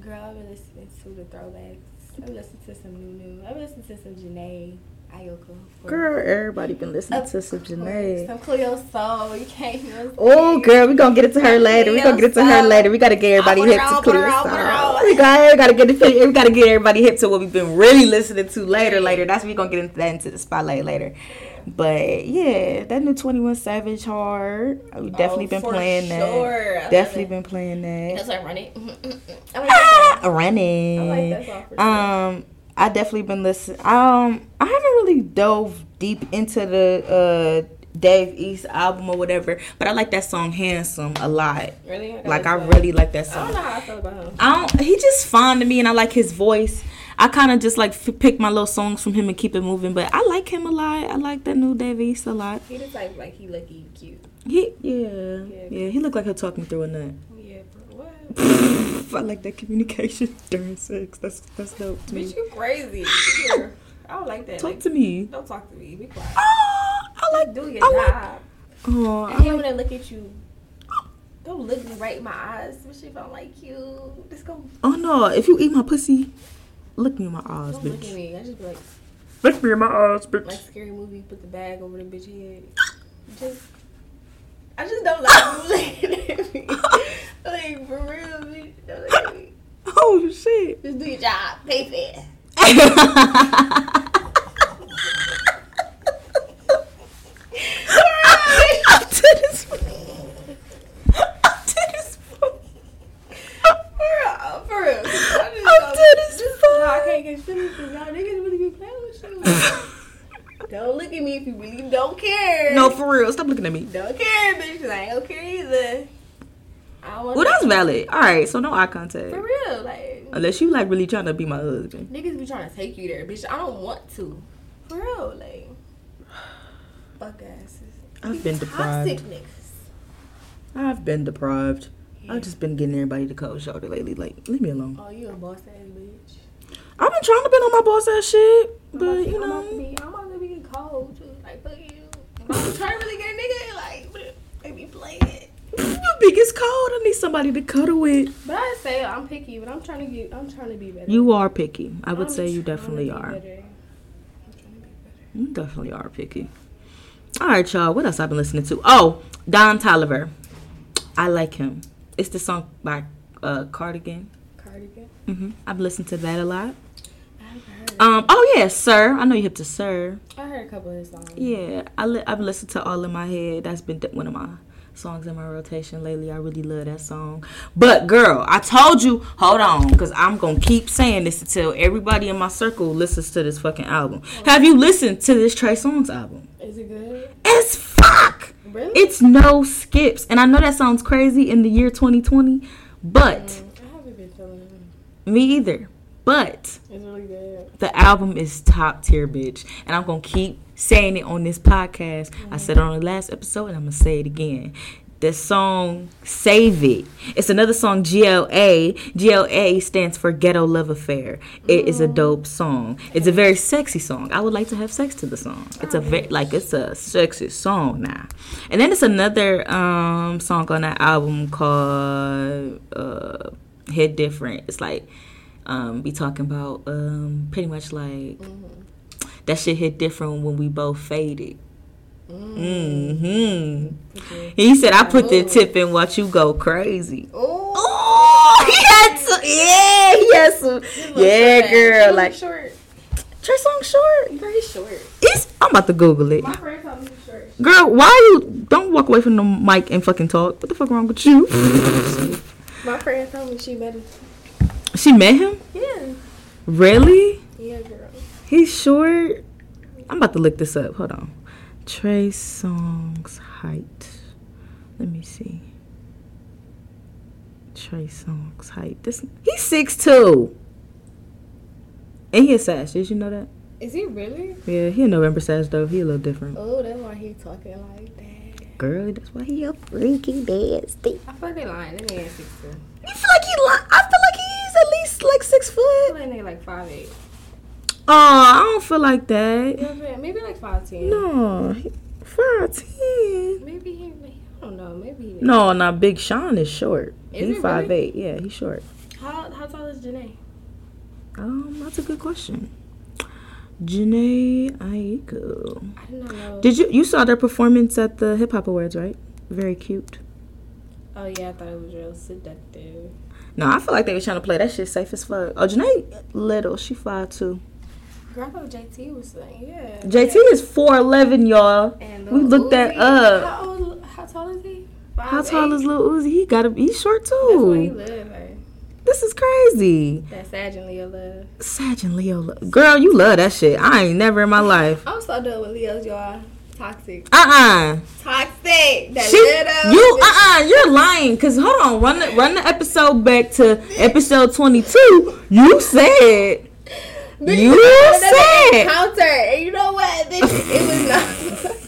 [SPEAKER 2] Girl, I've been listening to the throwbacks. I've been listening to some new new. I've been listening to some Janae. Ayoko. of course.
[SPEAKER 1] Girl, everybody been listening
[SPEAKER 2] Of
[SPEAKER 1] to Subjanae.
[SPEAKER 2] course. Some Cleo Soul. You can't hear us.
[SPEAKER 1] Oh, girl, we gonna get it to her later. We gonna get it to her
[SPEAKER 2] Stop.
[SPEAKER 1] later. We gotta get everybody
[SPEAKER 2] I wanna
[SPEAKER 1] hip to
[SPEAKER 2] roll,
[SPEAKER 1] clear
[SPEAKER 2] wanna roll, wanna
[SPEAKER 1] style.
[SPEAKER 2] roll.
[SPEAKER 1] We gotta, we gotta get it. We gotta get everybody hip to what we've been really listening to later. Later, that's we gonna get into that into the spotlight later. But yeah, that new Twenty One Savage hard. We definitely
[SPEAKER 2] Oh,
[SPEAKER 1] been
[SPEAKER 2] for
[SPEAKER 1] playing
[SPEAKER 2] sure. I
[SPEAKER 1] that.
[SPEAKER 2] love
[SPEAKER 1] Definitely
[SPEAKER 2] it.
[SPEAKER 1] been playing
[SPEAKER 2] That's
[SPEAKER 1] that.
[SPEAKER 2] like running. I like that
[SPEAKER 1] Ah, running.
[SPEAKER 2] song. I like that song for sure.
[SPEAKER 1] Um, I definitely been listening. Um, I haven't really dove deep into the uh Dave East album or whatever, but I like that song "Handsome" a lot.
[SPEAKER 2] really? got
[SPEAKER 1] Like
[SPEAKER 2] this
[SPEAKER 1] I
[SPEAKER 2] song.
[SPEAKER 1] really like that
[SPEAKER 2] I don't
[SPEAKER 1] song.
[SPEAKER 2] know how I feel about him.
[SPEAKER 1] I don't. He just fond to me, and I like his voice. I kind of just like f- pick my little songs from him and keep it moving. But I like him a lot. I like that new Dave East a lot.
[SPEAKER 2] He just like like he lucky cute.
[SPEAKER 1] He yeah yeah. He looked like he'll talk me through a nut.
[SPEAKER 2] Yeah, bro. What?
[SPEAKER 1] I like that communication during sex. That's that's dope to
[SPEAKER 2] Bitch,
[SPEAKER 1] me.
[SPEAKER 2] you crazy. Here. I don't like that.
[SPEAKER 1] Talk
[SPEAKER 2] Like,
[SPEAKER 1] to me.
[SPEAKER 2] don't talk to me. Be quiet.
[SPEAKER 1] Oh, I like.
[SPEAKER 2] Do your
[SPEAKER 1] I like-
[SPEAKER 2] job.
[SPEAKER 1] Oh,
[SPEAKER 2] I
[SPEAKER 1] I
[SPEAKER 2] hate
[SPEAKER 1] like
[SPEAKER 2] when they look at you. Don't look me right in my eyes, especially if I don't like you. Just go.
[SPEAKER 1] Oh no, if you eat my pussy, look me in my eyes,
[SPEAKER 2] Don't look at
[SPEAKER 1] bitch.
[SPEAKER 2] me. I just be like,
[SPEAKER 1] Look me in my eyes,
[SPEAKER 2] like
[SPEAKER 1] bitch.
[SPEAKER 2] scary movie. Put the bag over the bitch head. Just. I just don't like you looking at me. Like for real, bitch. Don't look at me.
[SPEAKER 1] Oh shit.
[SPEAKER 2] Just do your job. Pay fair.
[SPEAKER 1] I'm to this I'm to this
[SPEAKER 2] For real, for real. I just
[SPEAKER 1] I'm
[SPEAKER 2] don't-
[SPEAKER 1] to this
[SPEAKER 2] No, I can't get feelings because y'all niggas really be playing with you. don't look at me if you really don't care.
[SPEAKER 1] No, for real. Stop looking at me.
[SPEAKER 2] Don't care, bitch, 'cause I don't care either. I want
[SPEAKER 1] Well, that's valid. All right, so no eye contact.
[SPEAKER 2] for real. Like
[SPEAKER 1] Unless you like really trying to be my husband.
[SPEAKER 2] niggas be trying to take you there, bitch. I don't want to. For real, like fuck asses.
[SPEAKER 1] I've been
[SPEAKER 2] Toxic
[SPEAKER 1] deprived.
[SPEAKER 2] niggas.
[SPEAKER 1] I've been deprived.
[SPEAKER 2] Yeah.
[SPEAKER 1] I've just been getting everybody the cold shoulder lately. Like, leave me alone.
[SPEAKER 2] Oh, you a boss ass bitch.
[SPEAKER 1] I've been trying to bend on my boss ass shit,
[SPEAKER 2] I'm
[SPEAKER 1] but
[SPEAKER 2] about to-
[SPEAKER 1] you
[SPEAKER 2] I'm about to
[SPEAKER 1] know,
[SPEAKER 2] be, I'm about to be getting cold too. Like fuck you. I'm trying to really get a nigga like they be playing.
[SPEAKER 1] the biggest cold. I need somebody to cuddle with.
[SPEAKER 2] But I say I'm picky, but I'm trying to get. I'm trying to be better.
[SPEAKER 1] You are picky. I would
[SPEAKER 2] I'm
[SPEAKER 1] say you
[SPEAKER 2] trying to
[SPEAKER 1] definitely
[SPEAKER 2] be
[SPEAKER 1] are.
[SPEAKER 2] better. I'm trying to be better.
[SPEAKER 1] You definitely are picky. All right, y'all. What else I've been listening to? Oh, Don Tolliver. I like him. It's the song by uh, Cardigan.
[SPEAKER 2] Cardigan.
[SPEAKER 1] hmm I've listened to that a lot.
[SPEAKER 2] I've heard.
[SPEAKER 1] Um. Oh yeah, sir. I know you hip to sir.
[SPEAKER 2] I heard a couple of his songs.
[SPEAKER 1] Yeah, I li- I've listened to All in My Head. That's been th- one of my songs in my rotation lately. I really love that song. But girl, I told you, hold on, because I'm gonna keep saying this until everybody in my circle listens to this fucking album. Have you listened to this Trey Songz album?
[SPEAKER 2] Is it good?
[SPEAKER 1] It's fuck.
[SPEAKER 2] Really?
[SPEAKER 1] It's no skips, and I know that sounds crazy in the year 2020, but
[SPEAKER 2] Mm, I haven't been feeling it.
[SPEAKER 1] me either. But
[SPEAKER 2] It's really good.
[SPEAKER 1] the album is top tier, bitch. And I'm gonna keep saying it on this podcast. I said it on the last episode, and I'm gonna say it again. The song "Save It." It's another song. GLA. GLA stands for Ghetto Love Affair. It is a dope song. It's a very sexy song. I would like to have sex to the song. It's a very like it's a sexy song now. And then it's another um song on that album called uh, "Head Different." It's like um, be talking about um, pretty much like that shit hit different when we both faded. Mm-hmm. He said, "I put the tip in, watch you go crazy."
[SPEAKER 2] Oh,
[SPEAKER 1] Oh, he had some, yeah, he had some, yeah, girl, like
[SPEAKER 2] short.
[SPEAKER 1] Trey Songz short.
[SPEAKER 2] Very short.
[SPEAKER 1] It's, I'm about to Google it,
[SPEAKER 2] My friend told me he's short.
[SPEAKER 1] girl. Why you don't walk away from the mic and fucking talk? What the fuck wrong with you?
[SPEAKER 2] My friend told me she met him.
[SPEAKER 1] she met him,
[SPEAKER 2] Yeah.
[SPEAKER 1] really?
[SPEAKER 2] Yeah, girl.
[SPEAKER 1] He's short. I'm about to look this up. Hold on. Trey Songz height. Let me see. Trey Songz height. This he's six two. And he a sash. Did you know that?
[SPEAKER 2] Is he really?
[SPEAKER 1] Yeah, he a November sash though. He a little different.
[SPEAKER 2] Oh, that's why he talking like that.
[SPEAKER 1] Girl, that's why he a freaky nasty.
[SPEAKER 2] I feel like they lying. That nigga ain't six foot.
[SPEAKER 1] You feel like he? Li- I feel like he's at least like six
[SPEAKER 2] I feel
[SPEAKER 1] foot.
[SPEAKER 2] like nigga like five eight.
[SPEAKER 1] Oh, I don't feel like
[SPEAKER 2] You know
[SPEAKER 1] that.
[SPEAKER 2] what I'm saying? Maybe like five ten.
[SPEAKER 1] No, he- five ten.
[SPEAKER 2] Maybe he. I don't know. Maybe. He,
[SPEAKER 1] No, now Big Sean is short.
[SPEAKER 2] Is
[SPEAKER 1] He's
[SPEAKER 2] he
[SPEAKER 1] five
[SPEAKER 2] really?
[SPEAKER 1] eight. Yeah, he's short.
[SPEAKER 2] How how tall is Janae?
[SPEAKER 1] Um, that's a good question. Janae Aiko.
[SPEAKER 2] I did not know.
[SPEAKER 1] Did you you saw their performance at the Hip Hop Awards, right? Very cute.
[SPEAKER 2] oh yeah, I thought it was real seductive.
[SPEAKER 1] No, I feel like they was trying to play that shit safe as fuck. Oh, Janae Little, she fly too.
[SPEAKER 2] Grandpa JT was like, yeah.
[SPEAKER 1] JT is four eleven, y'all.
[SPEAKER 2] And
[SPEAKER 1] We
[SPEAKER 2] Lil
[SPEAKER 1] looked that
[SPEAKER 2] Uzi.
[SPEAKER 1] up.
[SPEAKER 2] How old? How tall is he?
[SPEAKER 1] How
[SPEAKER 2] 5'8"?
[SPEAKER 1] tall is Lil Uzi? He gotta he's short
[SPEAKER 2] That's where he
[SPEAKER 1] too.
[SPEAKER 2] live, right?
[SPEAKER 1] This is crazy.
[SPEAKER 2] That Sagittarius Leo love.
[SPEAKER 1] Sag and Leo, lo- girl, you love that shit. I ain't never in my life.
[SPEAKER 2] I'm so done with Leos, y'all. Toxic.
[SPEAKER 1] Uh uh
[SPEAKER 2] Toxic. That
[SPEAKER 1] She,
[SPEAKER 2] little.
[SPEAKER 1] you uh uh-uh, uh, you are lying. Cause hold on, run the, run the episode back to episode twenty two. You said
[SPEAKER 2] Bitch,
[SPEAKER 1] you
[SPEAKER 2] it was another
[SPEAKER 1] said-
[SPEAKER 2] encounter. And you know what? Bitch, it was not.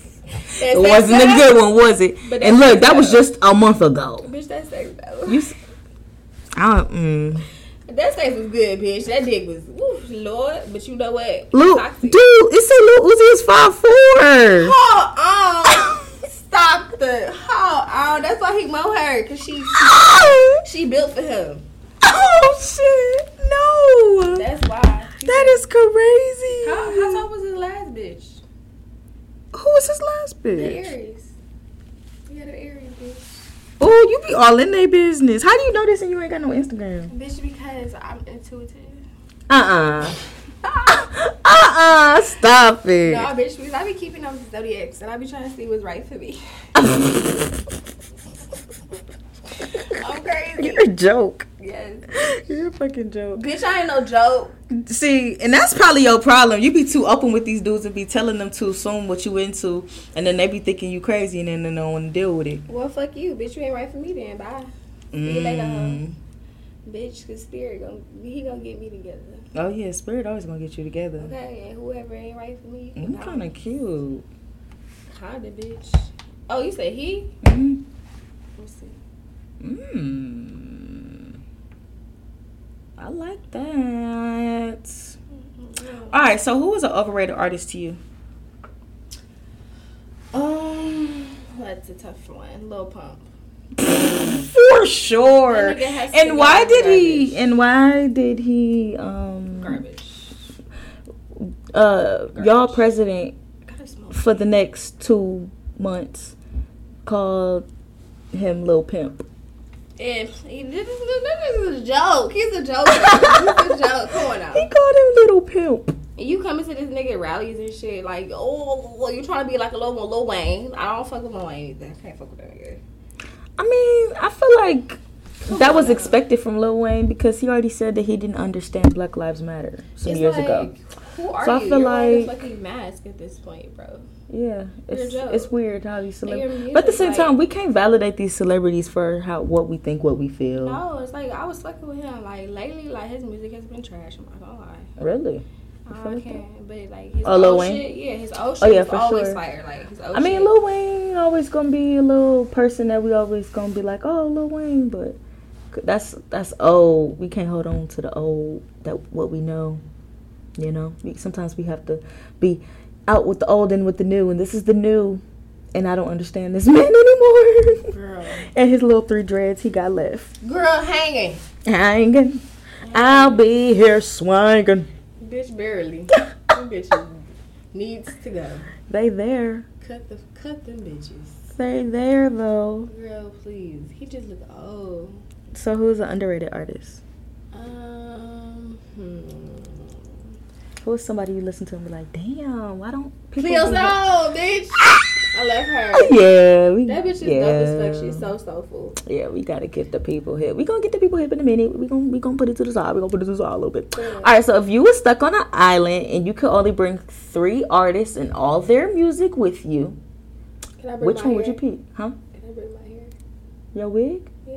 [SPEAKER 1] it wasn't a good one, was it?
[SPEAKER 2] But
[SPEAKER 1] And
[SPEAKER 2] that's-
[SPEAKER 1] look, that was just a month ago.
[SPEAKER 2] Bitch, that sex though.
[SPEAKER 1] You, s- I don't- mm.
[SPEAKER 2] That sex was good, bitch. That dick was, woof, Lord. But you know what?
[SPEAKER 1] Lil,
[SPEAKER 2] Toxic.
[SPEAKER 1] dude, it said Lil Uzi is five
[SPEAKER 2] Hold on. um, Stop the. Hold on. That's why he mow her, because she,
[SPEAKER 1] four.
[SPEAKER 2] she built for him.
[SPEAKER 1] Oh shit! No,
[SPEAKER 2] That's why.
[SPEAKER 1] that is crazy.
[SPEAKER 2] How, how tall was his last bitch?
[SPEAKER 1] Who was his last
[SPEAKER 2] The
[SPEAKER 1] bitch?
[SPEAKER 2] Aries. You got an Aries, bitch.
[SPEAKER 1] Oh, you be all in their business. How do you know this and you ain't got no Instagram?
[SPEAKER 2] Bitch, because I'm intuitive.
[SPEAKER 1] Uh uh-uh. uh. Stop it.
[SPEAKER 2] No, bitch, because I be keeping up with zodiacs and I be trying to see what's right for me. I'm crazy.
[SPEAKER 1] You're a joke.
[SPEAKER 2] Yes.
[SPEAKER 1] You're a fucking joke.
[SPEAKER 2] Bitch, I ain't no joke.
[SPEAKER 1] See, and that's probably your problem. You be too open with these dudes and be telling them too soon what you into, and then they be thinking you crazy, and then they don't want to deal with it.
[SPEAKER 2] Well, fuck you. Bitch, you ain't right for me then. Bye. you later, huh?
[SPEAKER 1] Mm.
[SPEAKER 2] Bitch, because spirit, gonna, he gonna get me together.
[SPEAKER 1] Oh yeah, spirit always gonna get you together.
[SPEAKER 2] Okay? And whoever ain't right for me,
[SPEAKER 1] You kind of cute.
[SPEAKER 2] Kinda, bitch. Oh, you say he?
[SPEAKER 1] Mm.
[SPEAKER 2] Let me see.
[SPEAKER 1] Mm. I like that.
[SPEAKER 2] Mm-mm.
[SPEAKER 1] All right, so who was an overrated artist to you?
[SPEAKER 2] Um, that's a tough one. Lil Pump.
[SPEAKER 1] For sure.
[SPEAKER 2] That nigga has
[SPEAKER 1] And why
[SPEAKER 2] been
[SPEAKER 1] did he?
[SPEAKER 2] garbage.
[SPEAKER 1] And why did he? Um,
[SPEAKER 2] Garbage.
[SPEAKER 1] uh, y'all
[SPEAKER 2] Garbage.
[SPEAKER 1] president
[SPEAKER 2] Gotta smoke.
[SPEAKER 1] for the next two months called him Lil Pimp.
[SPEAKER 2] If he, this, is, this is a joke. He's a joke. He's a joke. Come on
[SPEAKER 1] He
[SPEAKER 2] now.
[SPEAKER 1] called him Little Pimp.
[SPEAKER 2] You coming to this nigga rallies and shit like, oh, well, you trying to be like a little Lil Wayne. I don't fuck with Lil Wayne either. I can't fuck with that nigga.
[SPEAKER 1] I mean, I feel like
[SPEAKER 2] Come
[SPEAKER 1] that
[SPEAKER 2] on
[SPEAKER 1] was
[SPEAKER 2] now.
[SPEAKER 1] expected from Lil Wayne because he already said that he didn't understand Black Lives Matter some
[SPEAKER 2] It's
[SPEAKER 1] years
[SPEAKER 2] like,
[SPEAKER 1] ago.
[SPEAKER 2] Who are
[SPEAKER 1] So I
[SPEAKER 2] you?
[SPEAKER 1] feel
[SPEAKER 2] You're wearing a
[SPEAKER 1] like-
[SPEAKER 2] fucking mask at this point, bro.
[SPEAKER 1] Yeah, it's
[SPEAKER 2] joke.
[SPEAKER 1] it's weird how these
[SPEAKER 2] Like,
[SPEAKER 1] celebrities.
[SPEAKER 2] your
[SPEAKER 1] But at the same
[SPEAKER 2] music, like-
[SPEAKER 1] time, we can't validate these celebrities for how what we think, what we feel.
[SPEAKER 2] No, it's like I was fucking with him. Like lately, like his music has been trash. I'm not gonna lie.
[SPEAKER 1] Really,
[SPEAKER 2] I
[SPEAKER 1] feel
[SPEAKER 2] don't
[SPEAKER 1] like
[SPEAKER 2] care, Oh, but like his
[SPEAKER 1] Oh, Lil
[SPEAKER 2] old
[SPEAKER 1] Wayne?
[SPEAKER 2] shit, yeah, his old
[SPEAKER 1] Oh,
[SPEAKER 2] shit
[SPEAKER 1] yeah,
[SPEAKER 2] was
[SPEAKER 1] for
[SPEAKER 2] always
[SPEAKER 1] sure.
[SPEAKER 2] fire. Like his old
[SPEAKER 1] I mean,
[SPEAKER 2] shit.
[SPEAKER 1] Lil Wayne always gonna be a little person that we always gonna be like, oh, Lil Wayne, but c- that's that's old. We can't hold on to the old that what we know. You know, we, sometimes we have to be out with the old and with the new, and this is the new, and I don't understand this man anymore.
[SPEAKER 2] girl,
[SPEAKER 1] and his little three dreads he got left.
[SPEAKER 2] girl hanging,
[SPEAKER 1] Hanging, I'll be here swinging.
[SPEAKER 2] bitch barely. them bitches needs to go.
[SPEAKER 1] They there,
[SPEAKER 2] Cut the cut them bitches,
[SPEAKER 1] they there though.
[SPEAKER 2] girl. Please, he just look old.
[SPEAKER 1] So who's an underrated artist?
[SPEAKER 2] Um, hmm.
[SPEAKER 1] Who's somebody you listen to and be like, damn, why don't people?
[SPEAKER 2] Cleo
[SPEAKER 1] be-
[SPEAKER 2] Soul, bitch. I love her.
[SPEAKER 1] Yeah, we,
[SPEAKER 2] That bitch is
[SPEAKER 1] yeah.
[SPEAKER 2] dope as fuck. She's so soulful.
[SPEAKER 1] yeah, we gotta get the people hip. We gonna get the people hip in a minute. We gonna we gonna put it to the side. We gonna put it to the side a little bit.
[SPEAKER 2] Yeah.
[SPEAKER 1] All right. So if you were stuck on an island and you could only bring three artists and all their music with you,
[SPEAKER 2] Can I bring
[SPEAKER 1] which
[SPEAKER 2] my
[SPEAKER 1] one
[SPEAKER 2] hair?
[SPEAKER 1] would you pick? Huh?
[SPEAKER 2] Can I bring my hair?
[SPEAKER 1] Your wig?
[SPEAKER 2] Yeah.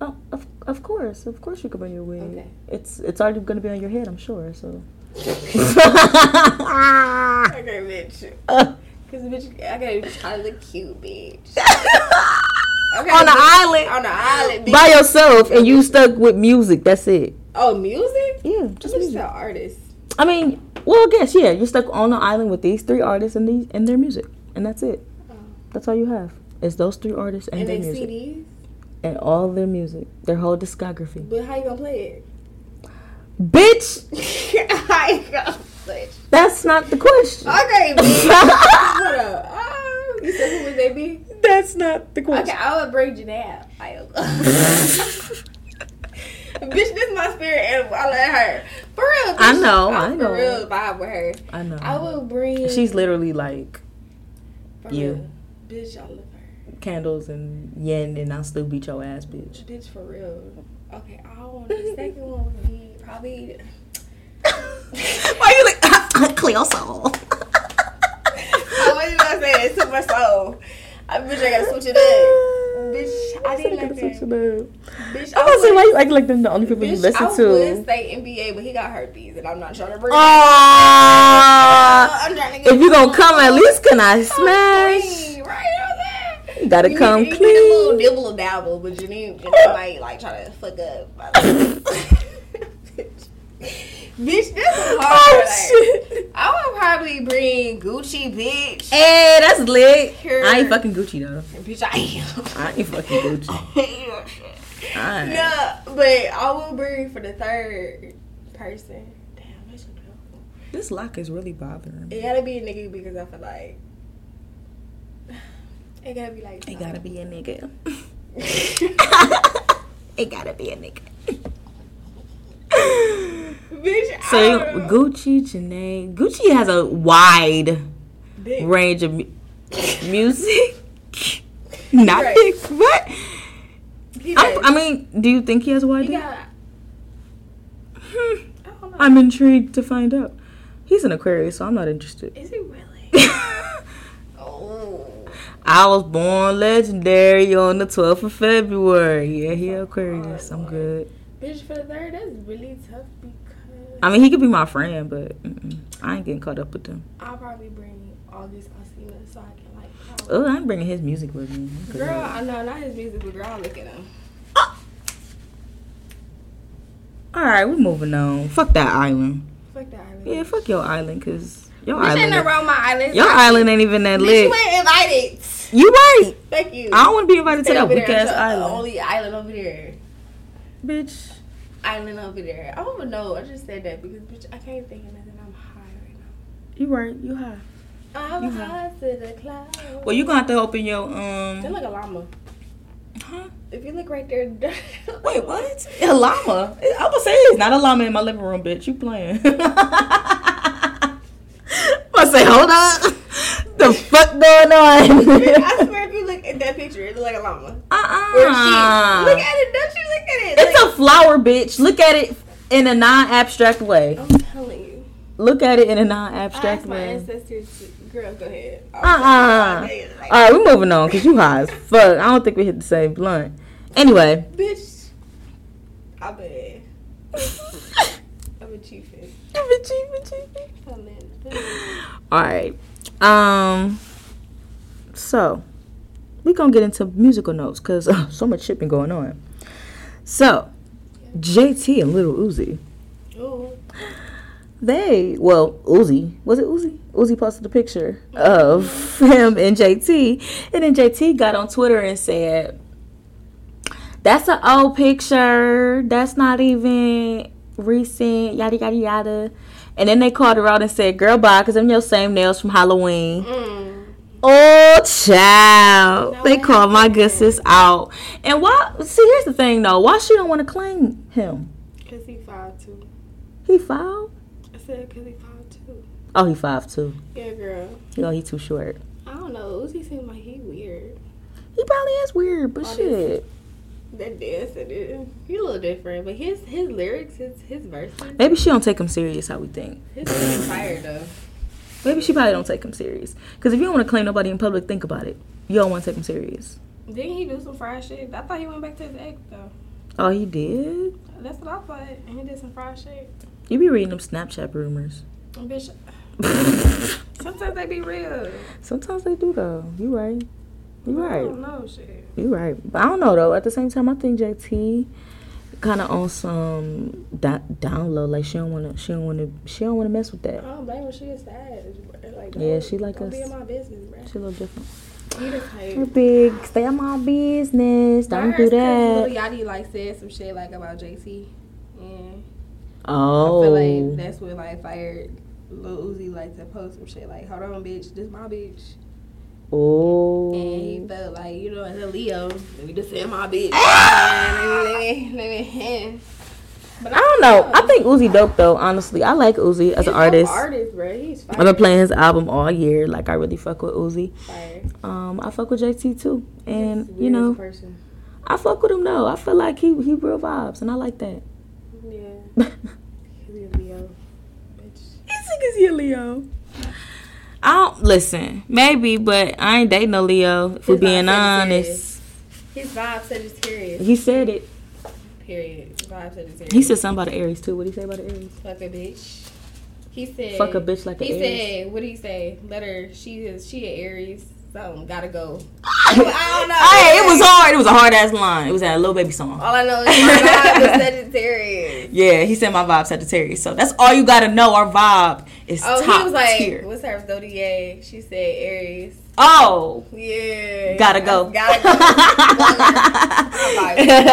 [SPEAKER 1] Oh, of, of course, of course you could bring your wig.
[SPEAKER 2] Okay.
[SPEAKER 1] It's it's already gonna be on your head, I'm sure. So.
[SPEAKER 2] Okay, bitch.
[SPEAKER 1] on
[SPEAKER 2] Cause bitch, I gotta try to look cute, bitch.
[SPEAKER 1] the
[SPEAKER 2] Okay, bitch.
[SPEAKER 1] island.
[SPEAKER 2] On the island, bitch.
[SPEAKER 1] by yourself and you stuck with music. That's it.
[SPEAKER 2] Oh, music?
[SPEAKER 1] Yeah,
[SPEAKER 2] Just
[SPEAKER 1] just
[SPEAKER 2] an
[SPEAKER 1] music.
[SPEAKER 2] artist.
[SPEAKER 1] I mean, well, I guess yeah, you're stuck on the island with these three artists and these and their music, and that's it.
[SPEAKER 2] Oh.
[SPEAKER 1] That's all you have. It's those three artists Uh-huh. and,
[SPEAKER 2] And
[SPEAKER 1] their
[SPEAKER 2] they
[SPEAKER 1] music
[SPEAKER 2] CDs.
[SPEAKER 1] and all their music, their whole discography.
[SPEAKER 2] But how you gonna play
[SPEAKER 1] Bitch,
[SPEAKER 2] it? how you gonna Like,
[SPEAKER 1] That's not the question.
[SPEAKER 2] okay, bitch. Hold up. Oh, you said who would they be?
[SPEAKER 1] That's not the
[SPEAKER 2] Okay,
[SPEAKER 1] question.
[SPEAKER 2] I would bring Janelle. I Bitch, this my spirit animal. I love her. For real.
[SPEAKER 1] I know,
[SPEAKER 2] I,
[SPEAKER 1] I know.
[SPEAKER 2] For real vibe with her.
[SPEAKER 1] I know.
[SPEAKER 2] I would bring.
[SPEAKER 1] She's literally like
[SPEAKER 2] for
[SPEAKER 1] you.
[SPEAKER 2] real. Bitch, I love her.
[SPEAKER 1] candles and yen, and I'll still beat your ass, bitch.
[SPEAKER 2] Bitch, for real. Okay, I want the second one would be probably.
[SPEAKER 1] Why you like Cleo soul?
[SPEAKER 2] I wasn't gonna say it. It took my soul. I bitch, I gotta switch it up. Bitch, I didn't like that. Bitch,
[SPEAKER 1] I'm
[SPEAKER 2] I
[SPEAKER 1] gonna say
[SPEAKER 2] would-
[SPEAKER 1] why you act like them the only people you
[SPEAKER 2] Bitch,
[SPEAKER 1] listen
[SPEAKER 2] I would
[SPEAKER 1] to.
[SPEAKER 2] say NBA, but he got herpes, and I'm not trying to bring.
[SPEAKER 1] Oh,
[SPEAKER 2] I'm trying to get
[SPEAKER 1] if you gonna come, at least can I smash?
[SPEAKER 2] Clean, right? You know what I'm saying?
[SPEAKER 1] You gotta
[SPEAKER 2] You
[SPEAKER 1] come
[SPEAKER 2] need, you need a little
[SPEAKER 1] clean.
[SPEAKER 2] dibble dabble, but you need you might like try to fuck up. Bitch, Bitch, this is hard. like,
[SPEAKER 1] Oh shit!
[SPEAKER 2] I would probably bring Gucci, bitch.
[SPEAKER 1] Hey, that's lit.
[SPEAKER 2] Here.
[SPEAKER 1] I ain't fucking Gucci though.
[SPEAKER 2] Bitch, I am.
[SPEAKER 1] I ain't fucking Gucci. I ain't.
[SPEAKER 2] no, but I will bring for the third person. Damn, that's a
[SPEAKER 1] This lock is really bothering me.
[SPEAKER 2] It gotta be a nigga because I feel like it gotta be like
[SPEAKER 1] It gotta be a nigga.
[SPEAKER 2] bitch.
[SPEAKER 1] it gotta be a nigga.
[SPEAKER 2] So
[SPEAKER 1] So Gucci, Janae, Gucci has a wide
[SPEAKER 2] bitch.
[SPEAKER 1] range of mu- music. Not
[SPEAKER 2] Right.
[SPEAKER 1] dicks. What?
[SPEAKER 2] He
[SPEAKER 1] I,
[SPEAKER 2] does.
[SPEAKER 1] I mean, do you think he has a wide?
[SPEAKER 2] He
[SPEAKER 1] dick?
[SPEAKER 2] got-
[SPEAKER 1] Hmm.
[SPEAKER 2] I don't know.
[SPEAKER 1] I'm intrigued to find out. He's an Aquarius, so I'm not interested.
[SPEAKER 2] Is he really? Oh,
[SPEAKER 1] I was born legendary on the 12th of February. Yeah, he Aquarius. I'm good.
[SPEAKER 2] bitch for the third. That's really tough because
[SPEAKER 1] I mean, he could be my friend, but mm-mm. I ain't getting caught up with them.
[SPEAKER 2] I'll probably bring August Osina so I can like. probably-
[SPEAKER 1] Oh, I'm bringing his music with me. I'm good.
[SPEAKER 2] Girl, I know not his music, but girl, I look at him.
[SPEAKER 1] All right, we're moving on. Fuck that island.
[SPEAKER 2] Fuck that island.
[SPEAKER 1] Yeah, fuck your island, cause your
[SPEAKER 2] Bitch ain't
[SPEAKER 1] island,
[SPEAKER 2] nothing
[SPEAKER 1] ain't-
[SPEAKER 2] around my island.
[SPEAKER 1] your island ain't even that
[SPEAKER 2] Bitch,
[SPEAKER 1] lit.
[SPEAKER 2] you ain't invited.
[SPEAKER 1] You right.
[SPEAKER 2] Thank you.
[SPEAKER 1] I don't want to be invited to
[SPEAKER 2] Stay
[SPEAKER 1] that
[SPEAKER 2] over
[SPEAKER 1] weak
[SPEAKER 2] there,
[SPEAKER 1] ass
[SPEAKER 2] to the
[SPEAKER 1] island,
[SPEAKER 2] Only island over there.
[SPEAKER 1] bitch.
[SPEAKER 2] Island over there. I don't even know. I just said that because bitch, I can't think of nothing. I'm high right now.
[SPEAKER 1] You right. You high.
[SPEAKER 2] I'm
[SPEAKER 1] You high.
[SPEAKER 2] high to the clouds.
[SPEAKER 1] Well, you gonna have to open your
[SPEAKER 2] They
[SPEAKER 1] um.
[SPEAKER 2] look a llama.
[SPEAKER 1] Huh?
[SPEAKER 2] If you look right there,
[SPEAKER 1] Wait, what? A llama? I was saying it's not a llama in my living room, bitch. You playing? I say, hold up. The fuck going
[SPEAKER 2] I
[SPEAKER 1] on?
[SPEAKER 2] swear, if you look at that picture, it look like a llama.
[SPEAKER 1] Uh
[SPEAKER 2] Or
[SPEAKER 1] uh
[SPEAKER 2] sheep. Look at it. Don't you look at it?
[SPEAKER 1] It's a flower, bitch. Look at it in a non-abstract way.
[SPEAKER 2] I'm telling you.
[SPEAKER 1] Look at it in a
[SPEAKER 2] I
[SPEAKER 1] non-abstract
[SPEAKER 2] asked my
[SPEAKER 1] way.
[SPEAKER 2] ancestors. To, girl, go ahead.
[SPEAKER 1] Uh-uh. All right, we're moving on because you high as fuck. I don't think we hit the same blunt. Anyway.
[SPEAKER 2] Bitch. I bet. I'm a chiefin. Come in.
[SPEAKER 1] All right. Um. So we're gonna get into musical notes because so much shit been going on. So JT and Little Uzi,
[SPEAKER 2] Ooh.
[SPEAKER 1] they well Uzi was it Uzi? Uzi posted a picture of him and JT, and then JT got on Twitter and said, "That's an old picture. That's not even recent. Yada yada yada." And then they called her out and said, "Girl, bye, cause them your same nails from Halloween."
[SPEAKER 2] Mm.
[SPEAKER 1] Oh, child.
[SPEAKER 2] No,
[SPEAKER 1] they
[SPEAKER 2] it
[SPEAKER 1] called my good sis out. And why? See, here's the thing, though. Why she don't want to claim him?
[SPEAKER 2] Cause he five two.
[SPEAKER 1] He five?
[SPEAKER 2] I said cause he five two.
[SPEAKER 1] Oh, he five too.
[SPEAKER 2] Yeah, girl.
[SPEAKER 1] Oh, he too short.
[SPEAKER 2] I don't know. Uzi seems like he weird.
[SPEAKER 1] He probably is weird, but
[SPEAKER 2] Oh,
[SPEAKER 1] shit.
[SPEAKER 2] That dance and it, he a little different, but his his lyrics, his his verses,
[SPEAKER 1] Maybe she don't take him serious. How we think.
[SPEAKER 2] his shit fire though.
[SPEAKER 1] Maybe she probably don't take him serious. Cause if you don't want to claim nobody in public, think about it. You don't want to take him serious.
[SPEAKER 2] Didn't he do some fried shit? I thought he went back to his ex though.
[SPEAKER 1] Oh, he did.
[SPEAKER 2] That's what I thought. And he did some fried shit.
[SPEAKER 1] You be reading them Snapchat rumors.
[SPEAKER 2] And bitch, sometimes they be real.
[SPEAKER 1] Sometimes they do though. You right. You
[SPEAKER 2] I
[SPEAKER 1] right.
[SPEAKER 2] don't know shit.
[SPEAKER 1] You right. But I don't know though. At the same time, I think JT kind of on some da- down low. Like she don't want to. She don't want to. She don't want to mess with
[SPEAKER 2] I
[SPEAKER 1] that.
[SPEAKER 2] don't blame her. She a savage. bruh. Like,
[SPEAKER 1] Yeah,
[SPEAKER 2] don't-
[SPEAKER 1] she like
[SPEAKER 2] don't Be
[SPEAKER 1] us.
[SPEAKER 2] in my business, bro.
[SPEAKER 1] She a little different.
[SPEAKER 2] You the type.
[SPEAKER 1] You're big. Stay out my business. Don't
[SPEAKER 2] Mars
[SPEAKER 1] do
[SPEAKER 2] Cookie
[SPEAKER 1] that.
[SPEAKER 2] Little Yachty like said some shit like about JC, and I feel
[SPEAKER 1] Oh.
[SPEAKER 2] like that's what like fired Lil Uzi like to post some shit like, "Hold on, bitch, this my bitch,"
[SPEAKER 1] Oh.
[SPEAKER 2] and he felt like you know, as a Leo, let me just say my bitch.
[SPEAKER 1] Ah!
[SPEAKER 2] And let me, let me, let me. But
[SPEAKER 1] I don't know. I think Uzi dope though. Honestly, I like Uzi as an artist.
[SPEAKER 2] artist, bro. He's
[SPEAKER 1] I've been
[SPEAKER 2] fire.
[SPEAKER 1] playing his album all year. Like I really fuck with Uzi.
[SPEAKER 2] fire.
[SPEAKER 1] Um, I fuck with JT too,
[SPEAKER 2] He's the
[SPEAKER 1] and you
[SPEAKER 2] weirdest
[SPEAKER 1] know
[SPEAKER 2] person.
[SPEAKER 1] I fuck with him though. I feel like he he real vibes, and I like that.
[SPEAKER 2] Yeah,
[SPEAKER 1] These
[SPEAKER 2] he's a Leo, bitch.
[SPEAKER 1] niggas here, Leo. I don't listen. Maybe, but I ain't dating no Leo. If we're
[SPEAKER 2] His vibe
[SPEAKER 1] being
[SPEAKER 2] said he
[SPEAKER 1] honest,
[SPEAKER 2] His vibe Sagittarius.
[SPEAKER 1] he said it.
[SPEAKER 2] Period. Vibe Sagittarius.
[SPEAKER 1] He said something about the Aries too. What did he say about the Aries?
[SPEAKER 2] fuck a bitch. He said
[SPEAKER 1] Fuck a bitch like a
[SPEAKER 2] He
[SPEAKER 1] Aries.
[SPEAKER 2] said, what did he say? Let her. She is. She an Aries. Something gotta go.
[SPEAKER 1] I
[SPEAKER 2] don't know. Oh.
[SPEAKER 1] Hey, it was hard. It was a hard ass line. It was that little baby song.
[SPEAKER 2] All I know is my vibe is Sagittarius.
[SPEAKER 1] Yeah, he said my vibe Sagittarius. So that's all you gotta know. Our vibe is
[SPEAKER 2] Oh,
[SPEAKER 1] top
[SPEAKER 2] he was like,
[SPEAKER 1] tier.
[SPEAKER 2] what's her zodiac? She said Aries.
[SPEAKER 1] Oh,
[SPEAKER 2] Yeah.
[SPEAKER 1] gotta go.
[SPEAKER 2] Gotta go.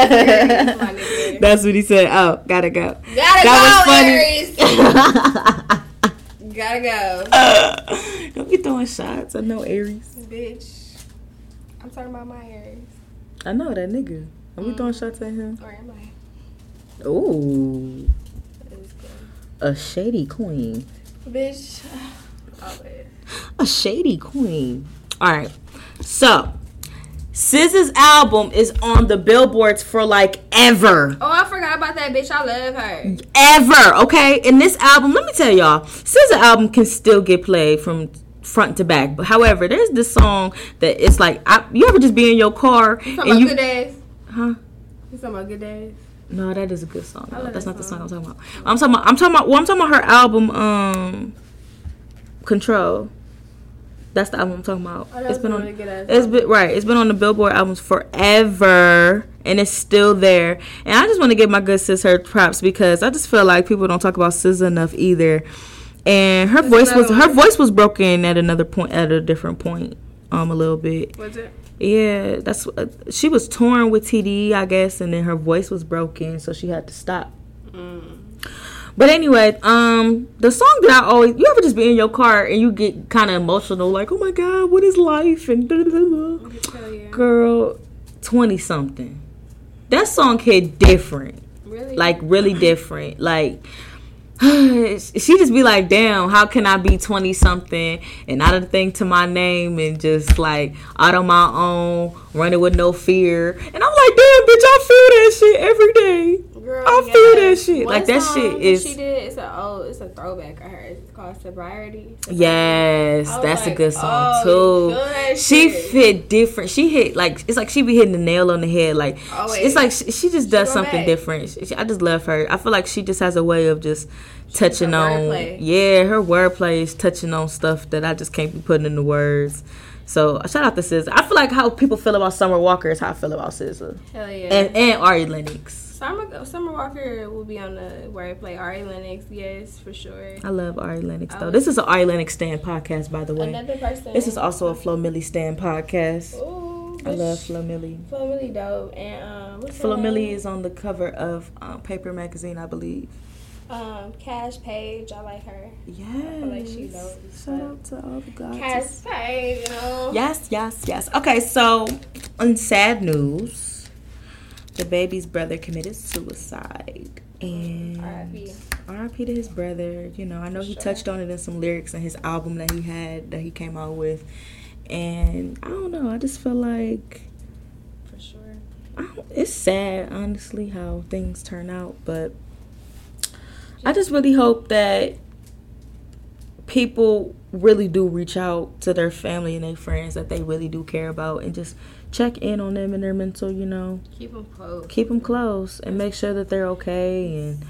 [SPEAKER 2] Aries, my nigga.
[SPEAKER 1] That's what he said. Oh, gotta go.
[SPEAKER 2] gotta
[SPEAKER 1] That
[SPEAKER 2] go,
[SPEAKER 1] was funny.
[SPEAKER 2] Aries. Gotta go.
[SPEAKER 1] Don't be throwing shots. I know Aries.
[SPEAKER 2] Bitch. I'm talking about my Aries.
[SPEAKER 1] I know that nigga. Don't
[SPEAKER 2] Mm.
[SPEAKER 1] be throwing shots at him.
[SPEAKER 2] Or am I?
[SPEAKER 1] Ooh,
[SPEAKER 2] That is good.
[SPEAKER 1] a shady queen.
[SPEAKER 2] Bitch. Oh, Always.
[SPEAKER 1] A shady queen. All right. So, SZA's album is on the billboards for like ever.
[SPEAKER 2] Oh, I forgot about that bitch. I love her.
[SPEAKER 1] ever. Okay, and this album, let me tell y'all, SZA album can still get played from front to back. But however, there's this song that it's like I, you ever just be in your car
[SPEAKER 2] You
[SPEAKER 1] and
[SPEAKER 2] talking about
[SPEAKER 1] you
[SPEAKER 2] good days?
[SPEAKER 1] huh?
[SPEAKER 2] You talking about good days?
[SPEAKER 1] No, that is a good song.
[SPEAKER 2] I
[SPEAKER 1] though.
[SPEAKER 2] love
[SPEAKER 1] That's
[SPEAKER 2] that
[SPEAKER 1] not the song
[SPEAKER 2] song.
[SPEAKER 1] I'm talking about. I'm talking about. I'm talking about. Well, I'm talking about her album, um, Control. That's the album I'm talking about.
[SPEAKER 2] Oh, that
[SPEAKER 1] it's
[SPEAKER 2] was
[SPEAKER 1] been
[SPEAKER 2] a
[SPEAKER 1] on.
[SPEAKER 2] really good ass
[SPEAKER 1] It's
[SPEAKER 2] album.
[SPEAKER 1] been right. It's been on the Billboard albums forever, and it's still there. And I just want to give my good sis her props because I just feel like people don't talk about SZA enough either. And her
[SPEAKER 2] That's
[SPEAKER 1] voice was
[SPEAKER 2] another
[SPEAKER 1] her
[SPEAKER 2] one.
[SPEAKER 1] voice was broken at another point at a different point, um, a little bit.
[SPEAKER 2] Was it?
[SPEAKER 1] Yeah, that's uh, she was torn with TDE, I guess, and then her voice was broken, so she had to stop.
[SPEAKER 2] Mm.
[SPEAKER 1] But anyway, um, the song that I always you ever just be in your car and you get kind of emotional, like, oh my god, what is life? And da da da da.
[SPEAKER 2] Hell yeah.
[SPEAKER 1] girl, twenty something, that song hit different,
[SPEAKER 2] Really?
[SPEAKER 1] like really different, like. She just be like, damn, how can I be 20 something and not a thing to my name and just like out on my own, running with no fear. And I'm like, damn, bitch, I feel that shit every day.
[SPEAKER 2] Girl,
[SPEAKER 1] I feel that shit. Like, that shit is-
[SPEAKER 2] She did. It's a oh, it's a throwback of hers. It's called sobriety.
[SPEAKER 1] Yes,
[SPEAKER 2] I was
[SPEAKER 1] that's a
[SPEAKER 2] like,
[SPEAKER 1] good song
[SPEAKER 2] oh, you
[SPEAKER 1] too.
[SPEAKER 2] feel that
[SPEAKER 1] She
[SPEAKER 2] shit.
[SPEAKER 1] fit different. She hit like it's like she be hitting the nail on the head. Like
[SPEAKER 2] Always.
[SPEAKER 1] it's like she, she just does
[SPEAKER 2] go
[SPEAKER 1] something
[SPEAKER 2] back.
[SPEAKER 1] different. She, I just love her. I feel like she just has a way of just touching
[SPEAKER 2] her
[SPEAKER 1] on.
[SPEAKER 2] wordplay.
[SPEAKER 1] Yeah, her wordplay is touching on stuff that I just can't be putting in the words. So shout out to SZA. I feel like how people feel about Summer Walker is how I feel about SZA
[SPEAKER 2] Hell yeah.
[SPEAKER 1] and and Ari Lennox.
[SPEAKER 2] Summer Summer Walker will be on the wordplay. Ari Lennox, yes, for sure.
[SPEAKER 1] I love Ari Lennox though.
[SPEAKER 2] Oh.
[SPEAKER 1] This is an Ari Lennox stand podcast, by the way.
[SPEAKER 2] Another person.
[SPEAKER 1] This is also a Flo Millie stand podcast.
[SPEAKER 2] Ooh,
[SPEAKER 1] I love
[SPEAKER 2] Flo.
[SPEAKER 1] Flo Millie.
[SPEAKER 2] Millie dope and um. What's her
[SPEAKER 1] Flo Millie
[SPEAKER 2] name?
[SPEAKER 1] is on the cover of um, Paper Magazine, I believe.
[SPEAKER 2] um Cash Page. I like her.
[SPEAKER 1] Yes.
[SPEAKER 2] like she knows this
[SPEAKER 1] Shout
[SPEAKER 2] stuff.
[SPEAKER 1] out to all the
[SPEAKER 2] Cash
[SPEAKER 1] guys.
[SPEAKER 2] Page, you know.
[SPEAKER 1] Yes, yes, yes. Okay, so on sad news, the baby's brother committed suicide. And
[SPEAKER 2] R.I.P..
[SPEAKER 1] R.I.P. to his brother. You know, I know he
[SPEAKER 2] Sure.
[SPEAKER 1] touched on it in some lyrics in his album that he had that he came out with. And I don't know. I just feel like
[SPEAKER 2] For sure.
[SPEAKER 1] I don't- it's sad honestly how things turn out but i just really hope that people really do reach out to their family and their friends that they really do care about and just check in on them and their mental you know
[SPEAKER 2] Keep them close.
[SPEAKER 1] keep them close and make sure that they're okay and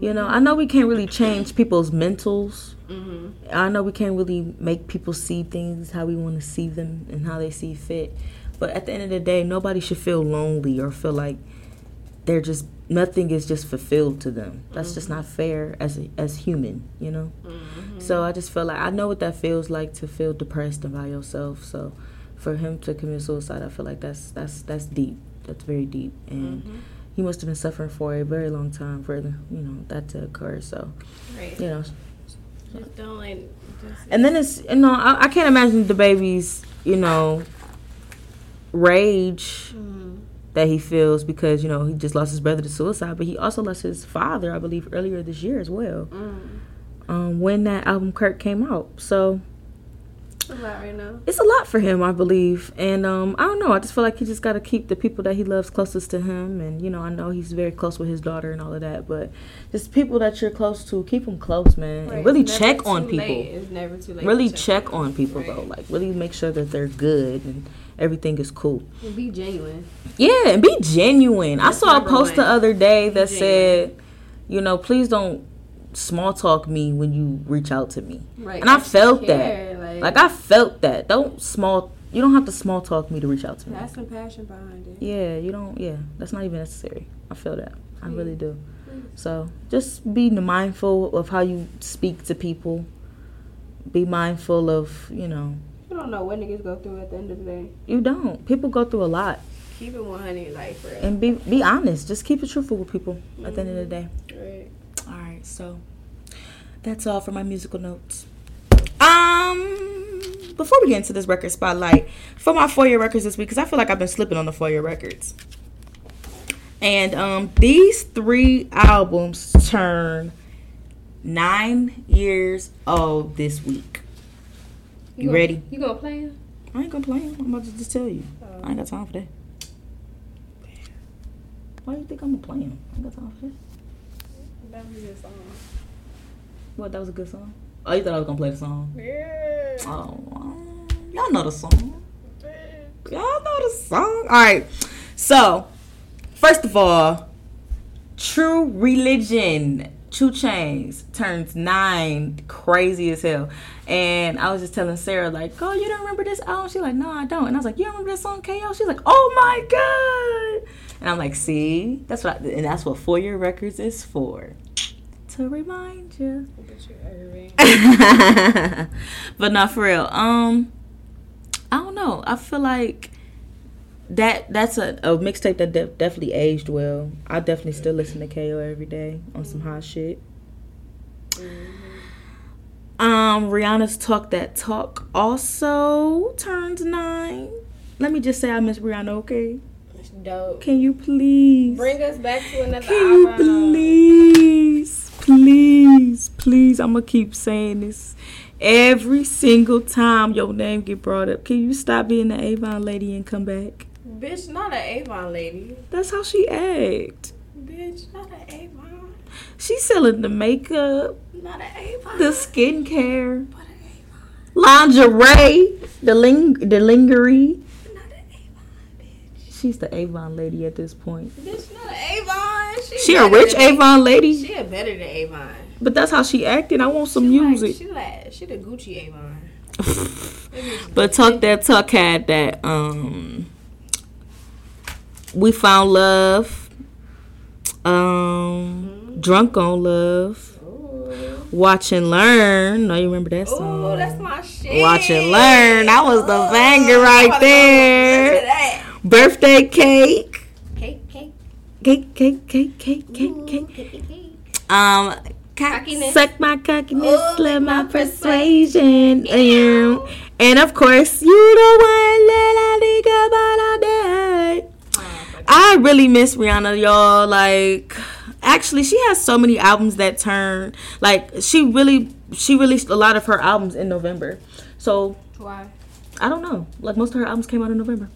[SPEAKER 1] you know i know we can't really change people's mentals
[SPEAKER 2] Mm-hmm.
[SPEAKER 1] I know we can't really make people see things how we want to see them and how they see fit, but at the end of the day, nobody should feel lonely or feel like they're just nothing is just fulfilled to them. That's just not fair as a, as human, you know.
[SPEAKER 2] Mm-hmm.
[SPEAKER 1] So I just feel like I know what that feels like to feel depressed and by yourself. So for him to commit suicide, I feel like that's that's that's deep. That's very deep, and
[SPEAKER 2] Mm-hmm.
[SPEAKER 1] he must have been suffering for a very long time for the, you know that to occur. So
[SPEAKER 2] Right.
[SPEAKER 1] you know,
[SPEAKER 2] Just don't like. Just,
[SPEAKER 1] And then it's you know I, I can't imagine the baby's you know rage
[SPEAKER 2] mm,
[SPEAKER 1] that he feels because you know he just lost his brother to suicide, but he also lost his father, I believe, earlier this year as well.
[SPEAKER 2] mm.
[SPEAKER 1] Um, when that album Kirk came out, so
[SPEAKER 2] It's a lot right now.
[SPEAKER 1] it's a lot for him, I believe. And um, I don't know. I just feel like he just got to keep the people that he loves closest to him. And you know, I know he's very close with his daughter and all of that. But just people that you're close to, keep them close, man.
[SPEAKER 2] Right,
[SPEAKER 1] And really
[SPEAKER 2] it's never
[SPEAKER 1] check on
[SPEAKER 2] too
[SPEAKER 1] people.
[SPEAKER 2] late. It's never too late.
[SPEAKER 1] Really
[SPEAKER 2] to
[SPEAKER 1] check on people
[SPEAKER 2] Right.
[SPEAKER 1] though. Like really make sure that they're good and everything is cool.
[SPEAKER 2] And Be genuine.
[SPEAKER 1] Yeah, and be genuine. I
[SPEAKER 2] That's
[SPEAKER 1] saw a
[SPEAKER 2] number
[SPEAKER 1] post the
[SPEAKER 2] one.
[SPEAKER 1] other day
[SPEAKER 2] Be
[SPEAKER 1] that
[SPEAKER 2] genuine.
[SPEAKER 1] said, you know, please don't small talk me when you reach out to me.
[SPEAKER 2] Right.
[SPEAKER 1] And I felt
[SPEAKER 2] care, Like,
[SPEAKER 1] Like I felt that. Don't small you don't have to small talk me to reach out to me.
[SPEAKER 2] that's some passion behind it.
[SPEAKER 1] Yeah, you don't. Yeah, that's not even necessary. I feel that. I
[SPEAKER 2] Mm.
[SPEAKER 1] really do. So just be mindful of how you speak to people. Be mindful of you know
[SPEAKER 2] You don't know what niggas go through at the end of the day.
[SPEAKER 1] you don't. People go through a lot,
[SPEAKER 2] Keep it 100, like, for real.
[SPEAKER 1] and be be honest. Just keep it truthful with people at the end of the day.
[SPEAKER 2] Right.
[SPEAKER 1] All right, so that's all for my musical notes. Um, before we get into this record spotlight, for my four year records this week, because I feel like I've been slipping on the four year records. And um, these three albums turn nine years old this week. You
[SPEAKER 2] gonna-
[SPEAKER 1] ready?
[SPEAKER 2] You gonna play it?
[SPEAKER 1] I ain't complaining. I'm about to just tell you. I ain't got time for that. Why do you think I'm gonna play 'em? I ain't got time for that.
[SPEAKER 2] That was um, your song.
[SPEAKER 1] What? That was a good song. Oh, you thought I was gonna play the song?
[SPEAKER 2] Yeah.
[SPEAKER 1] Oh, um, y'all know the song. Y'all know the song. All right. So, first of all, True Religion, Two Chains turns nine, crazy as hell. And I was just telling Sarah like, "Oh, you don't remember this album?" She's like, "No, I don't." And I was like, "You don't remember that song, Ko?" She's like, "Oh my god!" And I'm like, "See, that's what, I, and that's what four year records is for, to remind you."
[SPEAKER 2] But you irate.
[SPEAKER 1] but not for real. Um, I don't know. I feel like that that's a, a mixtape that def- definitely aged well. I definitely still listen to Ko every day on some hot shit. Um, Rihanna's Talk That Talk also turns nine. Let me just say I miss Rihanna. Okay,
[SPEAKER 2] It's dope.
[SPEAKER 1] can you please
[SPEAKER 2] Bring us back to another
[SPEAKER 1] Can you
[SPEAKER 2] album.
[SPEAKER 1] please, please, please? I'm gonna keep saying this every single time your name get brought up. Can you stop being the Avon lady and come back?
[SPEAKER 2] Bitch, not an Avon lady.
[SPEAKER 1] That's how she act.
[SPEAKER 2] Bitch, not an Avon.
[SPEAKER 1] She's selling the makeup,
[SPEAKER 2] Not an Avon.
[SPEAKER 1] the skincare,
[SPEAKER 2] But an Avon.
[SPEAKER 1] lingerie, the ling, the lingerie.
[SPEAKER 2] Not an Avon,
[SPEAKER 1] She's the Avon lady at this point.
[SPEAKER 2] bitch. Bitch, not an Avon. She,
[SPEAKER 1] She a
[SPEAKER 2] better
[SPEAKER 1] rich
[SPEAKER 2] than-
[SPEAKER 1] Avon lady,
[SPEAKER 2] She a better than Avon.
[SPEAKER 1] but that's how she acting. I want some
[SPEAKER 2] She like-
[SPEAKER 1] music.
[SPEAKER 2] she like she the Gucci Avon.
[SPEAKER 1] But Talk That Talk had that um We Found Love, um Drunk on Love,
[SPEAKER 2] Ooh,
[SPEAKER 1] Watch and Learn. No, you remember that song.
[SPEAKER 2] Ooh that's my shit.
[SPEAKER 1] Watch and Learn. That was the banger right
[SPEAKER 2] I'm about to go
[SPEAKER 1] there.
[SPEAKER 2] to that.
[SPEAKER 1] Birthday cake.
[SPEAKER 2] Cake, cake,
[SPEAKER 1] Cake, cake, cake, cake, cake,
[SPEAKER 2] ooh,
[SPEAKER 1] cake.
[SPEAKER 2] cake, cake, cake.
[SPEAKER 1] Um cock-
[SPEAKER 2] Cockiness.
[SPEAKER 1] Suck my cockiness,
[SPEAKER 2] Ooh,
[SPEAKER 1] let my
[SPEAKER 2] my
[SPEAKER 1] persuasion. Um, and of course, you the one that I think about all day.
[SPEAKER 2] Oh, fuck.
[SPEAKER 1] I really miss Rihanna, y'all. Like, actually, she has so many albums that turn. Like, she really, she released a lot of her albums in November. So
[SPEAKER 2] Why?
[SPEAKER 1] I don't know. Like, most of her albums came out in November.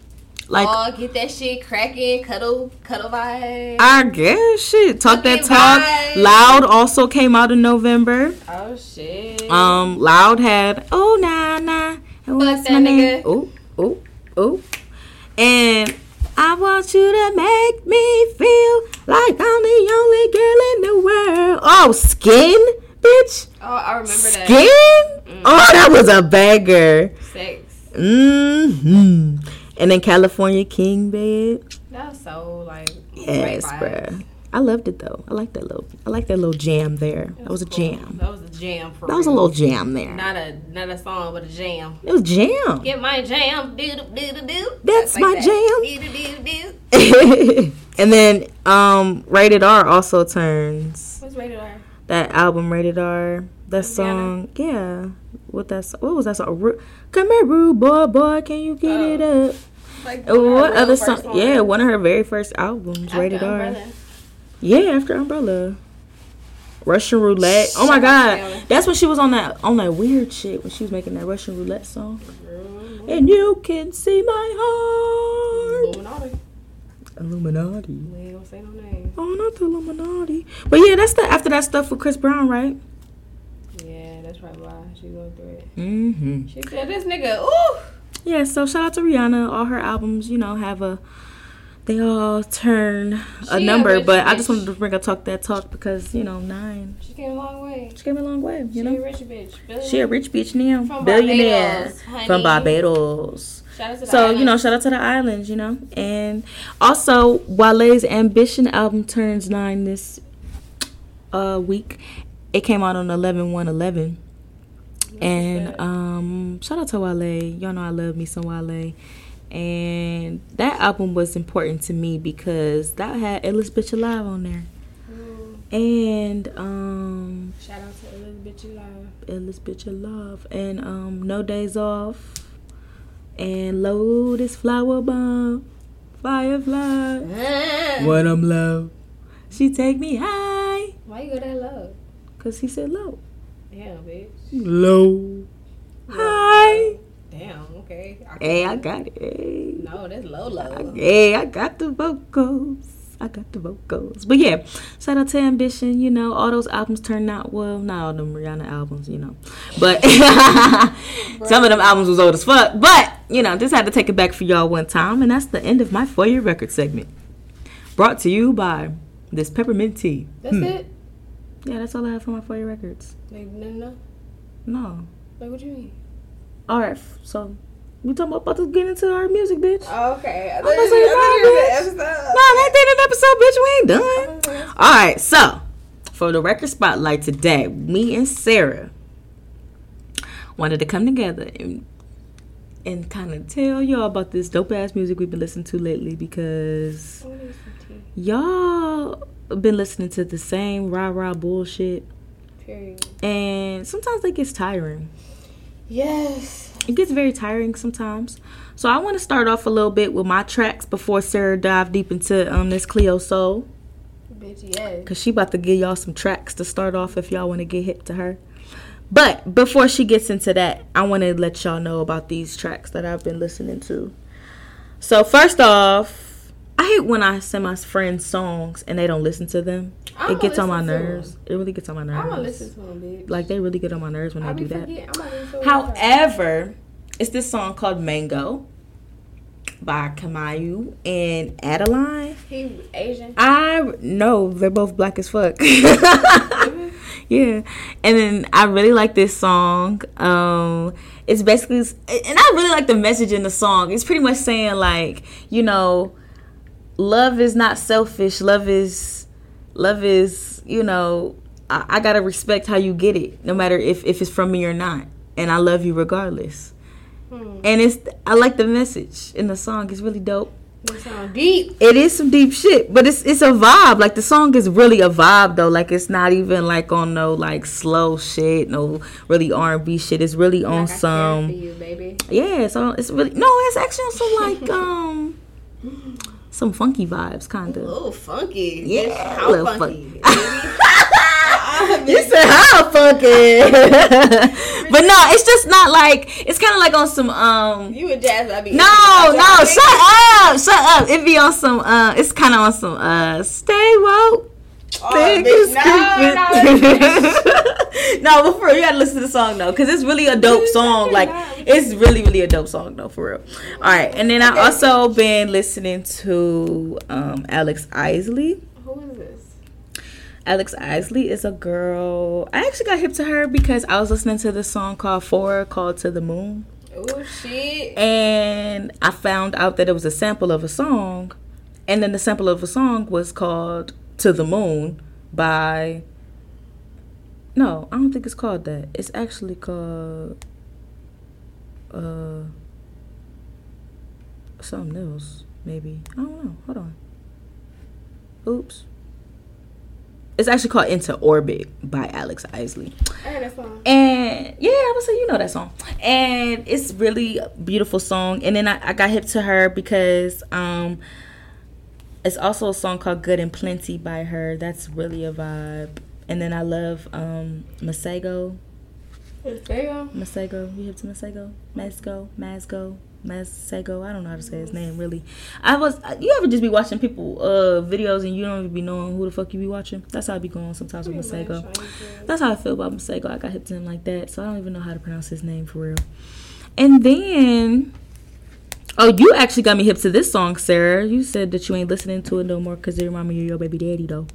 [SPEAKER 1] Like,
[SPEAKER 2] oh, get that shit cracking, cuddle, cuddle vibe.
[SPEAKER 1] I guess shit. Talk that
[SPEAKER 2] Fucking
[SPEAKER 1] talk.
[SPEAKER 2] right.
[SPEAKER 1] Loud also came out in November.
[SPEAKER 2] oh shit.
[SPEAKER 1] Um, Loud had oh nah nah. and What's
[SPEAKER 2] that
[SPEAKER 1] my name?
[SPEAKER 2] nigga.
[SPEAKER 1] Oh oh oh. And I want you to make me feel like I'm the only girl in the world. Oh, skin, bitch,
[SPEAKER 2] oh, I remember that. Mm.
[SPEAKER 1] skin. Oh, that was a banger.
[SPEAKER 2] Sex.
[SPEAKER 1] hmm And then California King bed.
[SPEAKER 2] That was so like. great
[SPEAKER 1] Yes,
[SPEAKER 2] vibe.
[SPEAKER 1] bruh. I loved it though. I like that little. I like that little jam there. That was a
[SPEAKER 2] cool.
[SPEAKER 1] jam.
[SPEAKER 2] That was a jam. For
[SPEAKER 1] That was a
[SPEAKER 2] real.
[SPEAKER 1] little jam there.
[SPEAKER 2] Not a not a song, but a jam.
[SPEAKER 1] It was jam.
[SPEAKER 2] Get my jam, do do do do.
[SPEAKER 1] That's my
[SPEAKER 2] jam. Do do do do.
[SPEAKER 1] and then um rated r also turns
[SPEAKER 2] What's rated R?
[SPEAKER 1] that album rated r That song, yeah. What that? so- What was that song? Ru- Come here, rude boy, boy, can you get it up?
[SPEAKER 2] Like
[SPEAKER 1] What
[SPEAKER 2] Oh. her
[SPEAKER 1] other
[SPEAKER 2] real
[SPEAKER 1] song?
[SPEAKER 2] first
[SPEAKER 1] Yeah, one of her very first albums,
[SPEAKER 2] After
[SPEAKER 1] Rated R.
[SPEAKER 2] Umbrella.
[SPEAKER 1] Yeah, after Umbrella. Russian roulette. Oh my
[SPEAKER 2] Shut up,
[SPEAKER 1] god,
[SPEAKER 2] Taylor.
[SPEAKER 1] that's when she was on that on that weird shit when she was making that Russian roulette song. And you can see my heart.
[SPEAKER 2] Illuminati. Mm-hmm.
[SPEAKER 1] Illuminati.
[SPEAKER 2] We ain't gonna say no names.
[SPEAKER 1] Oh, not the Illuminati. But yeah, that's the after that stuff with Chris Brown, right?
[SPEAKER 2] Yeah, that's probably why she going through it.
[SPEAKER 1] Mm-hmm.
[SPEAKER 2] She said, "This nigga, ooh."
[SPEAKER 1] Yeah. So shout out to Rihanna. All her albums, you know, have a they all turn a
[SPEAKER 2] She
[SPEAKER 1] number.
[SPEAKER 2] a rich
[SPEAKER 1] but I just
[SPEAKER 2] bitch.
[SPEAKER 1] wanted to bring up talk that talk because you know nine.
[SPEAKER 2] She came a long way.
[SPEAKER 1] She came a long way. You
[SPEAKER 2] She
[SPEAKER 1] know.
[SPEAKER 2] a rich bitch. Billy.
[SPEAKER 1] She a rich bitch now,
[SPEAKER 2] From
[SPEAKER 1] billionaire
[SPEAKER 2] Barbados, honey.
[SPEAKER 1] from Barbados.
[SPEAKER 2] Shout out to the
[SPEAKER 1] So you know,
[SPEAKER 2] island.
[SPEAKER 1] shout out to the islands, you know. And also, Wale's Ambition album turns nine this uh, week. It came out on 11 1 11. And um, shout out to Wale. Y'all know I love me some Wale. And that album was important to me because that had Illest Bitch Alive on there. uh,
[SPEAKER 2] Ooh.
[SPEAKER 1] And um,
[SPEAKER 2] Shout out to Elizabeth July.
[SPEAKER 1] Illest Bitch Alive. And um, No Days Off. And Load is Flower Bomb. Firefly. When I'm low. She take me high.
[SPEAKER 2] Why you go that low?
[SPEAKER 1] Cause he said low.
[SPEAKER 2] Damn, bitch.
[SPEAKER 1] Low. High.
[SPEAKER 2] Damn. Okay. I
[SPEAKER 1] Hey, I
[SPEAKER 2] can't-
[SPEAKER 1] got it. Hey.
[SPEAKER 2] No, that's low, low.
[SPEAKER 1] Hey, I got the vocals. I got the vocals. But yeah, shout out to Ambition. You know, all those albums turned out well. Not all them Rihanna albums, you know. But some of them albums was old as fuck. But, you know, just had to take it back for y'all one time. And that's the end of my four year record segment. Brought to you by this peppermint tea.
[SPEAKER 2] That's
[SPEAKER 1] Hmm.
[SPEAKER 2] it.
[SPEAKER 1] Yeah, that's all I have for my four year records.
[SPEAKER 2] Like no, no.
[SPEAKER 1] No.
[SPEAKER 2] Like what you mean?
[SPEAKER 1] All right, f- so we talking about to get into our music, bitch.
[SPEAKER 2] okay. I
[SPEAKER 1] thought you- I thought you were in the No, that ain't an episode, bitch. We ain't done. All right, so for the record spotlight today, me and Sarah wanted to come together and and kind of tell y'all about this dope ass music we've been listening to lately because y'all been listening to the same rah rah bullshit,
[SPEAKER 2] Period.
[SPEAKER 1] and sometimes that gets tiring.
[SPEAKER 2] Yes.
[SPEAKER 1] it gets very tiring sometimes. So I want to start off a little bit with my tracks before Sarah dive deep into um this Cleo Soul,
[SPEAKER 2] Bitch, yes.
[SPEAKER 1] cause she about to give y'all some tracks to start off if y'all want to get hip to her. But before she gets into that, I want to let y'all know about these tracks that I've been listening to. So first off, I hate when I send my friends songs and they don't listen to them.
[SPEAKER 2] I'ma
[SPEAKER 1] it gets on my
[SPEAKER 2] listen to 'em.
[SPEAKER 1] nerves. It really gets on my nerves.
[SPEAKER 2] I'm gonna listen to him, bitch.
[SPEAKER 1] Like they really get on my nerves when
[SPEAKER 2] I
[SPEAKER 1] they
[SPEAKER 2] be
[SPEAKER 1] do that.
[SPEAKER 2] forgetting. I'm not even sure what it's
[SPEAKER 1] However, it's this song called Mango by Kamayu and Adeline.
[SPEAKER 2] like. he Asian.
[SPEAKER 1] I know they're both black as fuck. yeah. And then I really like this song. Um it's basically and I really like the message in the song. It's pretty much saying like, you know, love is not selfish. Love is love is, you know, I, I gotta respect how you get it, no matter if, if it's from me or not. And I love you regardless.
[SPEAKER 2] Hmm.
[SPEAKER 1] And it's I like the message in the song. It's really dope
[SPEAKER 2] That sound deep.
[SPEAKER 1] it is some deep shit, but it's it's a vibe. Like the song is really a vibe though. Like it's not even like on no like slow shit, no really R and B shit. It's really on
[SPEAKER 2] Like I cared
[SPEAKER 1] some
[SPEAKER 2] for you, baby.
[SPEAKER 1] yeah. So it's really no, it's actually on some like um some funky vibes kind of.
[SPEAKER 2] Oh, funky.
[SPEAKER 1] Yeah,
[SPEAKER 2] Bitch,
[SPEAKER 1] a
[SPEAKER 2] how
[SPEAKER 1] little
[SPEAKER 2] funky?
[SPEAKER 1] You said how funky, but no, it's just not like it's kind of like on some um
[SPEAKER 2] you a jazz? I be
[SPEAKER 1] No, no, shut up, shut up. It be on some uh it's kinda on some uh stay woke.
[SPEAKER 2] Oh,
[SPEAKER 1] Think
[SPEAKER 2] bitch,
[SPEAKER 1] it's
[SPEAKER 2] no, no,
[SPEAKER 1] stupid. No, but for real, you gotta listen to the song though, cause it's really a dope song. Like, it's really, really a dope song though, for real. All right, and then I also been listening to um, Alex Isley.
[SPEAKER 2] Who is this?
[SPEAKER 1] Alex Isley is a girl. I actually got hip to her because I was listening to this song called Four, called To the Moon.
[SPEAKER 2] Oh shit.
[SPEAKER 1] and I found out that it was a sample of a song, and then the sample of a song was called "To the Moon" by. No, I don't think it's called that. It's actually called uh something else, maybe. I don't know. Hold on. Oops. It's actually called Into Orbit by Alex Isley.
[SPEAKER 2] I heard that song.
[SPEAKER 1] And yeah, I would say you know that song. And it's really a beautiful song. And then I, I got hip to her because um it's also a song called Good and Plenty by her. That's really a vibe. And then I love um Masego.
[SPEAKER 2] There you go.
[SPEAKER 1] Masego. You hip to Masego? Masgo. Masgo. Masego. I don't know how to say his name really. I was you ever just be watching people uh videos and you don't even be knowing who the fuck you be watching? That's how I be going sometimes with
[SPEAKER 2] Pretty
[SPEAKER 1] Masego.
[SPEAKER 2] much, I guess.
[SPEAKER 1] That's how I feel about Masego. I got hip to him like that, so I don't even know how to pronounce his name for real. And then, oh, you actually got me hip to this song, Sarah. You said that you ain't listening to it no more because it remind me of your baby daddy, though.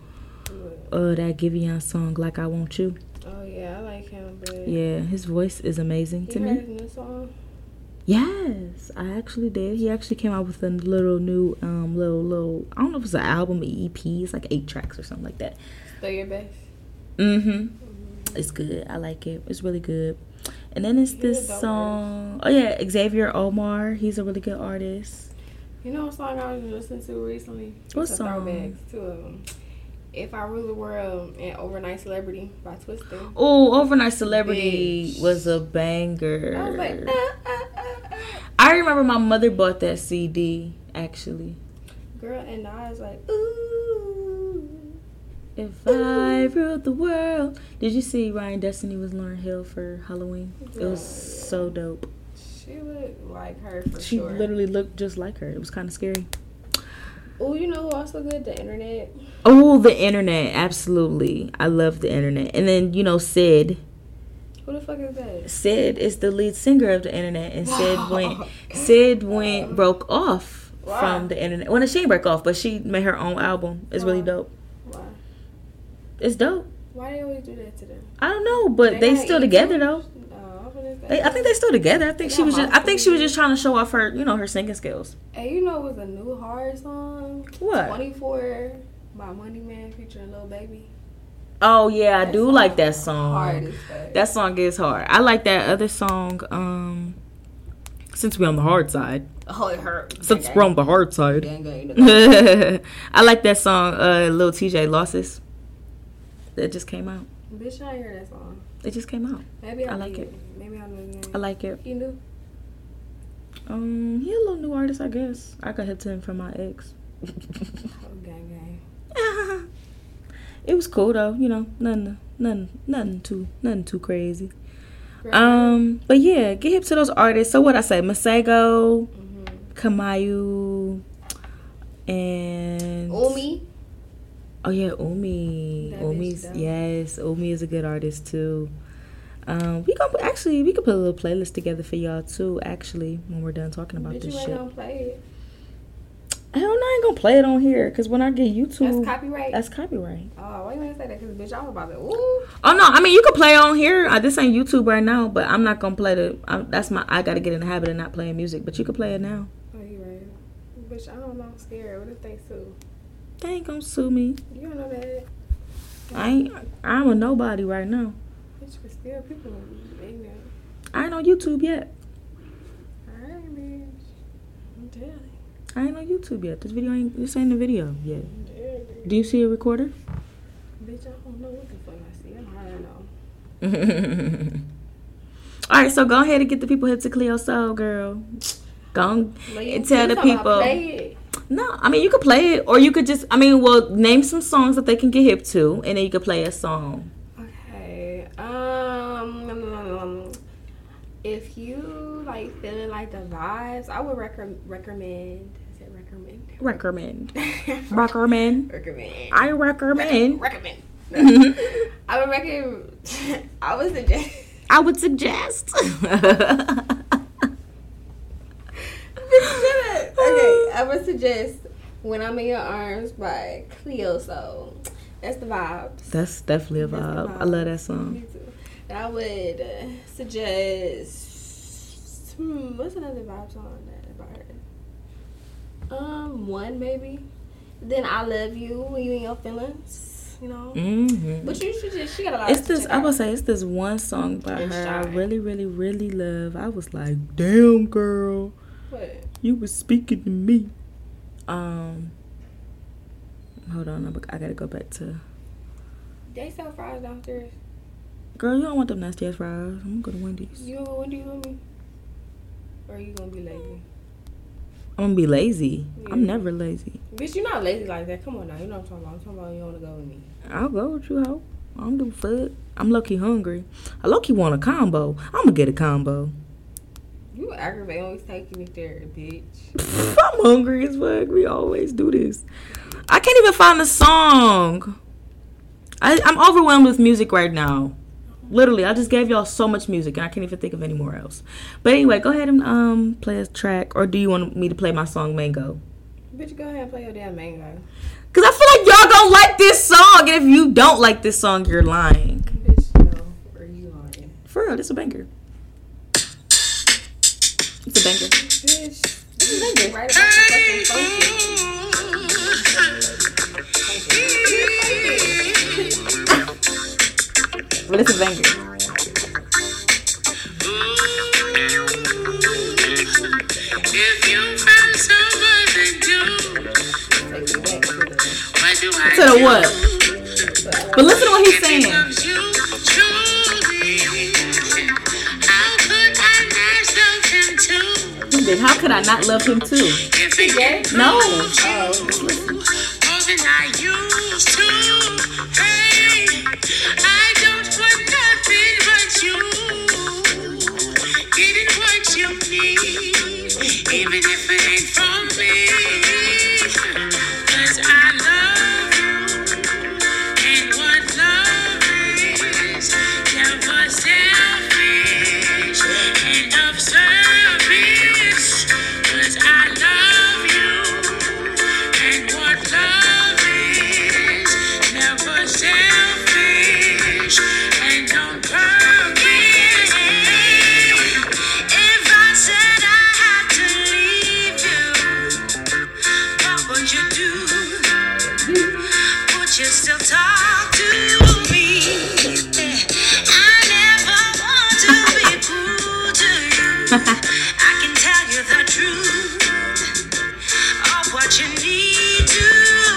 [SPEAKER 1] Uh, that Giveon song, Like I Want You.
[SPEAKER 2] Oh yeah, I like him, but
[SPEAKER 1] Yeah, his voice is amazing to
[SPEAKER 2] you heard
[SPEAKER 1] me.
[SPEAKER 2] his new song?
[SPEAKER 1] Yes, I actually did. He actually came out with a little new, um, little, little, I don't know if it's an album, an EP. It's like eight tracks or something like that.
[SPEAKER 2] Still your best.
[SPEAKER 1] Mm-hmm. It's good. I like it. It's really good. And then it's
[SPEAKER 2] He's
[SPEAKER 1] this
[SPEAKER 2] a dope
[SPEAKER 1] song. Oh yeah, Xavier Omar. He's a really good artist.
[SPEAKER 2] You know what song I was listening to recently?
[SPEAKER 1] What
[SPEAKER 2] It's a
[SPEAKER 1] song?
[SPEAKER 2] Throwback to um, "If I Rule the World" and "Overnight Celebrity" by Twister.
[SPEAKER 1] Oh, Overnight Celebrity
[SPEAKER 2] Bitch.
[SPEAKER 1] was a banger.
[SPEAKER 2] I was like, ah, ah, ah, ah.
[SPEAKER 1] I remember my mother bought that CD actually.
[SPEAKER 2] girl, and I was like, ooh.
[SPEAKER 1] If I
[SPEAKER 2] Mm-hmm.
[SPEAKER 1] ruled the world, did you see Ryan Destiny was Lauren Hill for Halloween? It was
[SPEAKER 2] Yeah.
[SPEAKER 1] so dope.
[SPEAKER 2] She looked like her for
[SPEAKER 1] She
[SPEAKER 2] sure.
[SPEAKER 1] literally looked just like her. It was kind of scary.
[SPEAKER 2] Oh, you know who also good? The internet.
[SPEAKER 1] Oh, the internet. Absolutely. I love the internet. And then, you know, Sid.
[SPEAKER 2] Who the fuck is that?
[SPEAKER 1] Sid is the lead singer of the internet and Sid went Sid went broke off
[SPEAKER 2] Why?
[SPEAKER 1] from the internet. Well, no, she didn't break off, but she made her own album. It's really
[SPEAKER 2] Why?
[SPEAKER 1] dope.
[SPEAKER 2] Why?
[SPEAKER 1] It's dope.
[SPEAKER 2] Why they always do that to them?
[SPEAKER 1] I don't know, but they,
[SPEAKER 2] not
[SPEAKER 1] still
[SPEAKER 2] equal?
[SPEAKER 1] together though.
[SPEAKER 2] No, what is that?
[SPEAKER 1] They, I think they still together. I think
[SPEAKER 2] They
[SPEAKER 1] she
[SPEAKER 2] got
[SPEAKER 1] was just I
[SPEAKER 2] multiple
[SPEAKER 1] think she was just trying to show off her, you know, her singing skills.
[SPEAKER 2] Hey, you know, it was a new horror song.
[SPEAKER 1] What?
[SPEAKER 2] 24 by Money Man featuring Lil Baby.
[SPEAKER 1] Oh yeah, I do
[SPEAKER 2] song
[SPEAKER 1] like that
[SPEAKER 2] Hard
[SPEAKER 1] song.
[SPEAKER 2] as fuck.
[SPEAKER 1] Oh. That song is hard. I like that other song um since we're on the hard side.
[SPEAKER 2] oh, it hurt.
[SPEAKER 1] Since we're on the hard side.
[SPEAKER 2] Gang, gang, gang.
[SPEAKER 1] I like that song, uh, Lil TJ Losses. That just came out.
[SPEAKER 2] Bitch, I ain't heard that song.
[SPEAKER 1] It just came out.
[SPEAKER 2] Maybe I,
[SPEAKER 1] I like
[SPEAKER 2] knew
[SPEAKER 1] it.
[SPEAKER 2] Maybe I knew
[SPEAKER 1] I
[SPEAKER 2] that.
[SPEAKER 1] like it.
[SPEAKER 2] You knew?
[SPEAKER 1] Um, he a little new artist, I guess. I got hip to him from my ex.
[SPEAKER 2] Oh, gang, gang.
[SPEAKER 1] it was cool though, you know, nothing, nothing, nothing too, nothing too crazy.
[SPEAKER 2] Girl,
[SPEAKER 1] Um, but yeah, get hip to those artists. So what I say, Masego,
[SPEAKER 2] mhm.
[SPEAKER 1] Kamayu, and
[SPEAKER 2] Umi.
[SPEAKER 1] Oh yeah, Umi.
[SPEAKER 2] That bitch
[SPEAKER 1] Umi's
[SPEAKER 2] dope.
[SPEAKER 1] yes, Umi is a good artist too. Um, we gonna actually we could put a little playlist together for y'all too. Actually, when we're done talking about
[SPEAKER 2] Bitch,
[SPEAKER 1] this
[SPEAKER 2] you ain't
[SPEAKER 1] shit, hell
[SPEAKER 2] gonna play it.
[SPEAKER 1] no, I ain't gonna play it on here because when I get
[SPEAKER 2] That's
[SPEAKER 1] YouTube, that's,
[SPEAKER 2] copyright.
[SPEAKER 1] copyright.
[SPEAKER 2] oh, why you gonna say that? Because, bitch, I was about to. Ooh.
[SPEAKER 1] Oh no, I mean you could play it on here. Uh, this ain't YouTube right now, but I'm not gonna play the. i that's my. I gotta get in the habit of not playing music, but you could play it now.
[SPEAKER 2] Oh, you right. Bitch, I don't know. I'm scared. What if they sue?
[SPEAKER 1] They ain't gonna sue me.
[SPEAKER 2] You don't know that.
[SPEAKER 1] I ain't. I'm a nobody right now.
[SPEAKER 2] Bitch, but still, people are ignorant.
[SPEAKER 1] I ain't on YouTube yet.
[SPEAKER 2] Alright, bitch. I'm telling
[SPEAKER 1] I ain't on YouTube yet. This video ain't. This ain't the video yet.
[SPEAKER 2] I'm telling
[SPEAKER 1] Do you see a recorder?
[SPEAKER 2] Bitch, I don't know what the fuck I see. I'm high now.
[SPEAKER 1] All right, so go ahead and get the people hip to Cleo Soul, girl. Go on and tell the people. No, I mean you could play it, or you could just. I mean, well, name some songs that they can get hip to, and then you could play a song.
[SPEAKER 2] Okay. Um, nom, nom, nom, nom. if you like feeling like the vibes, I would recom- recommend. Is it recommend?
[SPEAKER 1] Recommend, recommend.
[SPEAKER 2] recommend.
[SPEAKER 1] I recommend.
[SPEAKER 2] Recommend.
[SPEAKER 1] Mhm.
[SPEAKER 2] I would recommend. I would suggest.
[SPEAKER 1] I would suggest.
[SPEAKER 2] okay, I would suggest "When I'm in Your Arms" by Cleo Soul. That's the vibes.
[SPEAKER 1] That's definitely a
[SPEAKER 2] That's the
[SPEAKER 1] vibe. I
[SPEAKER 2] vibe.
[SPEAKER 1] love that song.
[SPEAKER 2] Me too. And I would uh, suggest. Hmm, what's another vibe song that about her? Um, one maybe. Then I love you when you in your feelings. You know.
[SPEAKER 1] hmm
[SPEAKER 2] But you should just. She got a lot.
[SPEAKER 1] It's
[SPEAKER 2] to
[SPEAKER 1] this.
[SPEAKER 2] check
[SPEAKER 1] I
[SPEAKER 2] out.
[SPEAKER 1] would say it's this one song by
[SPEAKER 2] And
[SPEAKER 1] her I
[SPEAKER 2] Shine.
[SPEAKER 1] really, really, really love. I was like, damn, girl.
[SPEAKER 2] What?
[SPEAKER 1] You was speaking to me. Um, hold on, I'm- I gotta go back to
[SPEAKER 2] They sell fries downstairs.
[SPEAKER 1] Girl, you don't want them nasty ass fries. I'm gonna go to Wendy's.
[SPEAKER 2] You know what do you want me? Or you gonna be lazy?
[SPEAKER 1] I'm gonna be lazy. I'm
[SPEAKER 2] Yeah.
[SPEAKER 1] never lazy.
[SPEAKER 2] Bitch, you're not lazy like that. Come on now. You know what I'm talking about. I'm talking about you wanna go with me.
[SPEAKER 1] I'll go with you, hoe. I don't do fuck. I'm low key hungry. I low key want a combo. I'm gonna get a combo.
[SPEAKER 2] You aggravate always taking it there, bitch.
[SPEAKER 1] I'm hungry as fuck. We always do this. I can't even find a song. I, I'm overwhelmed with music right now. Literally, I just gave y'all so much music, and I can't even think of any more else. But anyway, go ahead and um play a track, or do you want me to play my song Mango?
[SPEAKER 2] Bitch, go ahead and play your damn mango.
[SPEAKER 1] Cause I feel like y'all gonna like this song, and if you don't like this song, you're lying.
[SPEAKER 2] Bitch, no. Or you lying.
[SPEAKER 1] For real, it's a banger. It's a banger.
[SPEAKER 2] Bitch. You right about the fucking function.
[SPEAKER 1] But it's a banger.
[SPEAKER 3] If you find someone to do,
[SPEAKER 2] Take me back to
[SPEAKER 1] To
[SPEAKER 2] the
[SPEAKER 3] what do I
[SPEAKER 1] the
[SPEAKER 3] do?
[SPEAKER 1] what? But listen to what he's
[SPEAKER 3] If he
[SPEAKER 1] saying.
[SPEAKER 3] loves you truly, how could I not love him too?
[SPEAKER 1] Then how could I not love him too?
[SPEAKER 3] If he
[SPEAKER 2] gay?
[SPEAKER 1] No.
[SPEAKER 3] loves you more than I used to, hey, I don't want nothing but you. Getting what you need, even if it ain't from me. 'Cause I love you. And what love is, never selfish and of service. 'Cause I love you. And what love is, never selfish and on purpose. If I said I had to leave you, what would you do? Would you still talk to me? I never want to be cruel to you. I can tell you the truth of what you need to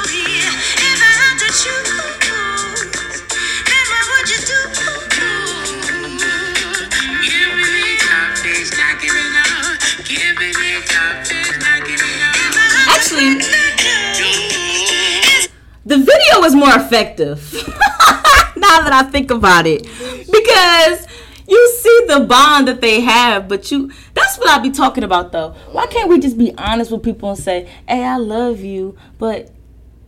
[SPEAKER 3] hear. If I had to choose, then what would you do? Giving it up is not giving up. Giving it up is not giving up. If I had to
[SPEAKER 1] Actually-
[SPEAKER 3] choose, it's
[SPEAKER 1] The video was more effective. now that I think about it. Because you see the bond that they have, but you that's what I be talking about though. Why can't we just be honest with people and say, "Hey, I love you, but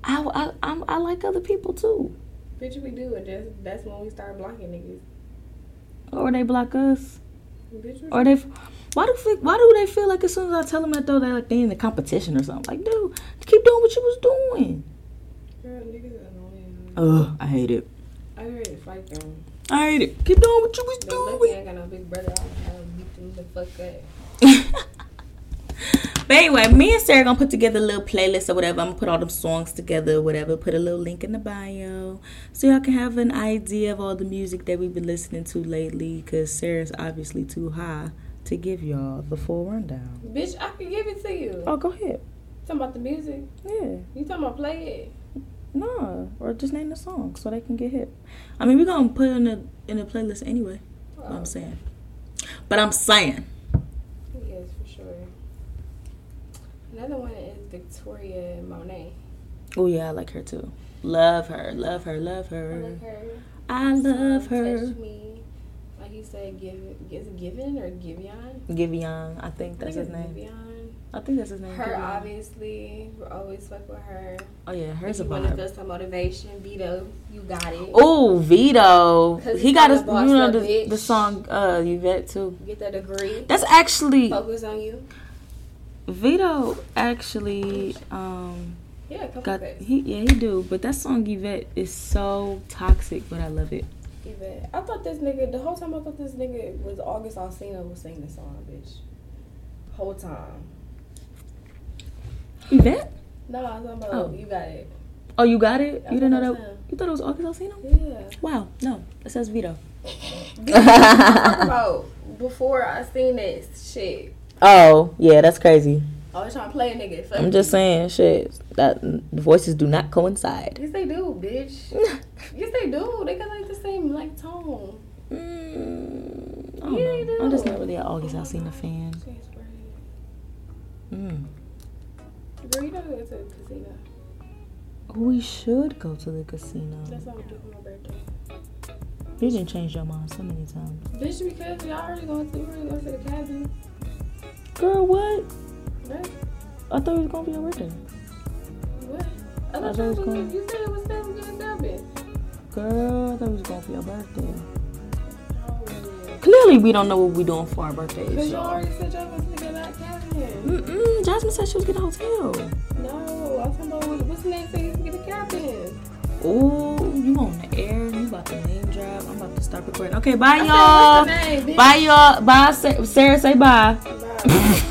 [SPEAKER 1] I I I'm, I like other people too."
[SPEAKER 2] Bitch, we do it. Just, that's when we start blocking niggas.
[SPEAKER 1] Or they block us.
[SPEAKER 2] Bitch,
[SPEAKER 1] Or they why do fe- why do they feel like as soon as I tell them that though they like they in the competition or something? Like, dude, keep doing what you was doing.
[SPEAKER 2] girl, niggas are annoying.
[SPEAKER 1] Ugh, I hate it.
[SPEAKER 2] I really fight them.
[SPEAKER 1] I hate it. Keep doing what you was
[SPEAKER 2] They lucky I ain't got no big brother. I would beat them the fuck up.
[SPEAKER 1] But anyway, me and Sarah gonna put together a little playlist or whatever. I'm gonna put all them songs together or whatever. Put a little link in the bio so y'all can have an idea of all the music that we've been listening to lately. Cause Sarah's obviously too high to give y'all the full rundown.
[SPEAKER 2] Bitch, I can give it to you.
[SPEAKER 1] Oh, go ahead.
[SPEAKER 2] Talking about the music.
[SPEAKER 1] Yeah,
[SPEAKER 2] You talking about play it?
[SPEAKER 1] no, or just name the song so they can get hit. I mean, we're gonna put it in the in the playlist anyway. what
[SPEAKER 2] Oh,
[SPEAKER 1] I'm saying, but I'm saying
[SPEAKER 2] Yes, for sure. Another one is Victoria Monet.
[SPEAKER 1] Oh yeah, I like her too. Love her, love her, love
[SPEAKER 2] I
[SPEAKER 1] her.
[SPEAKER 2] love her.
[SPEAKER 1] I love her.
[SPEAKER 2] Touch me. Like you said, give is it given or Giveon?
[SPEAKER 1] Giveon, I think
[SPEAKER 2] I think
[SPEAKER 1] that's his
[SPEAKER 2] it's
[SPEAKER 1] name.
[SPEAKER 2] Giveon.
[SPEAKER 1] I think that's his name.
[SPEAKER 2] Her
[SPEAKER 1] Giveon.
[SPEAKER 2] obviously. We're always fuck with her.
[SPEAKER 1] Oh yeah, hers a
[SPEAKER 2] if you want to
[SPEAKER 1] vibe.
[SPEAKER 2] feel some motivation, Vito, you got it.
[SPEAKER 1] Oh Vito,
[SPEAKER 2] 'Cause
[SPEAKER 1] he
[SPEAKER 2] he's
[SPEAKER 1] got
[SPEAKER 2] kinda
[SPEAKER 1] his.
[SPEAKER 2] bossed
[SPEAKER 1] You know
[SPEAKER 2] up,
[SPEAKER 1] the,
[SPEAKER 2] bitch.
[SPEAKER 1] the song uh Yvette too.
[SPEAKER 2] Get that degree.
[SPEAKER 1] That's actually
[SPEAKER 2] Focus on you.
[SPEAKER 1] Vito. Actually, um,
[SPEAKER 2] Yeah, come
[SPEAKER 1] got
[SPEAKER 2] focus.
[SPEAKER 1] he yeah he do, but that song Yvette is so toxic, but I love it.
[SPEAKER 2] Give it. I thought this nigga the whole time. I thought this nigga was August Alsina was singing the song, bitch. Whole time.
[SPEAKER 1] Yvette?
[SPEAKER 2] No, I was talking about
[SPEAKER 1] Oh.
[SPEAKER 2] you got it.
[SPEAKER 1] Oh, you got it?
[SPEAKER 2] I
[SPEAKER 1] You didn't
[SPEAKER 2] thought
[SPEAKER 1] know
[SPEAKER 2] that
[SPEAKER 1] that?
[SPEAKER 2] was him.
[SPEAKER 1] You thought it was August Alsina?
[SPEAKER 2] Yeah.
[SPEAKER 1] Wow, no, it says Vito.
[SPEAKER 2] I'm talking about before I seen that shit.
[SPEAKER 1] Oh, yeah, that's crazy.
[SPEAKER 2] Always trying to play a nigga. Fuck
[SPEAKER 1] I'm just
[SPEAKER 2] you.
[SPEAKER 1] saying, shit. That the voices do not coincide.
[SPEAKER 2] Yes, they do, bitch. yes, they do. They got like the same like tone.
[SPEAKER 1] Mm, I don't
[SPEAKER 2] Yeah, they
[SPEAKER 1] know.
[SPEAKER 2] do.
[SPEAKER 1] I'm just not really an August Alsina fan. Mm.
[SPEAKER 2] Girl, you don't go to the casino.
[SPEAKER 1] We should go to the casino.
[SPEAKER 2] That's what I'm doing for my birthday.
[SPEAKER 1] You didn't change your mind so many times.
[SPEAKER 2] Bitch, because y'all already going to, we already going to the cabin.
[SPEAKER 1] Girl, what?
[SPEAKER 2] Right?
[SPEAKER 1] I thought it was gonna be your birthday.
[SPEAKER 2] What? I
[SPEAKER 1] I
[SPEAKER 2] thought
[SPEAKER 1] thought it was
[SPEAKER 2] you,
[SPEAKER 1] going-
[SPEAKER 2] was, you said it was seven to the cabin.
[SPEAKER 1] Girl, I thought it was gonna be your birthday.
[SPEAKER 2] Oh, yeah.
[SPEAKER 1] Clearly, we don't know what we're doing for our birthdays.
[SPEAKER 2] Because you
[SPEAKER 1] So.
[SPEAKER 2] already said y'all was to get that cabin.
[SPEAKER 1] Mm-mm, Jasmine said she was getting a hotel.
[SPEAKER 2] No, I'm talking about what- what's the next thing you can get a cabin.
[SPEAKER 1] Ooh, you on the air? You about to name drop? I'm about to stop recording. Okay, bye
[SPEAKER 2] I
[SPEAKER 1] y'all.
[SPEAKER 2] said, what's the name, bitch?
[SPEAKER 1] Bye y'all. Bye Sa- Sarah. Say bye.
[SPEAKER 2] Bye.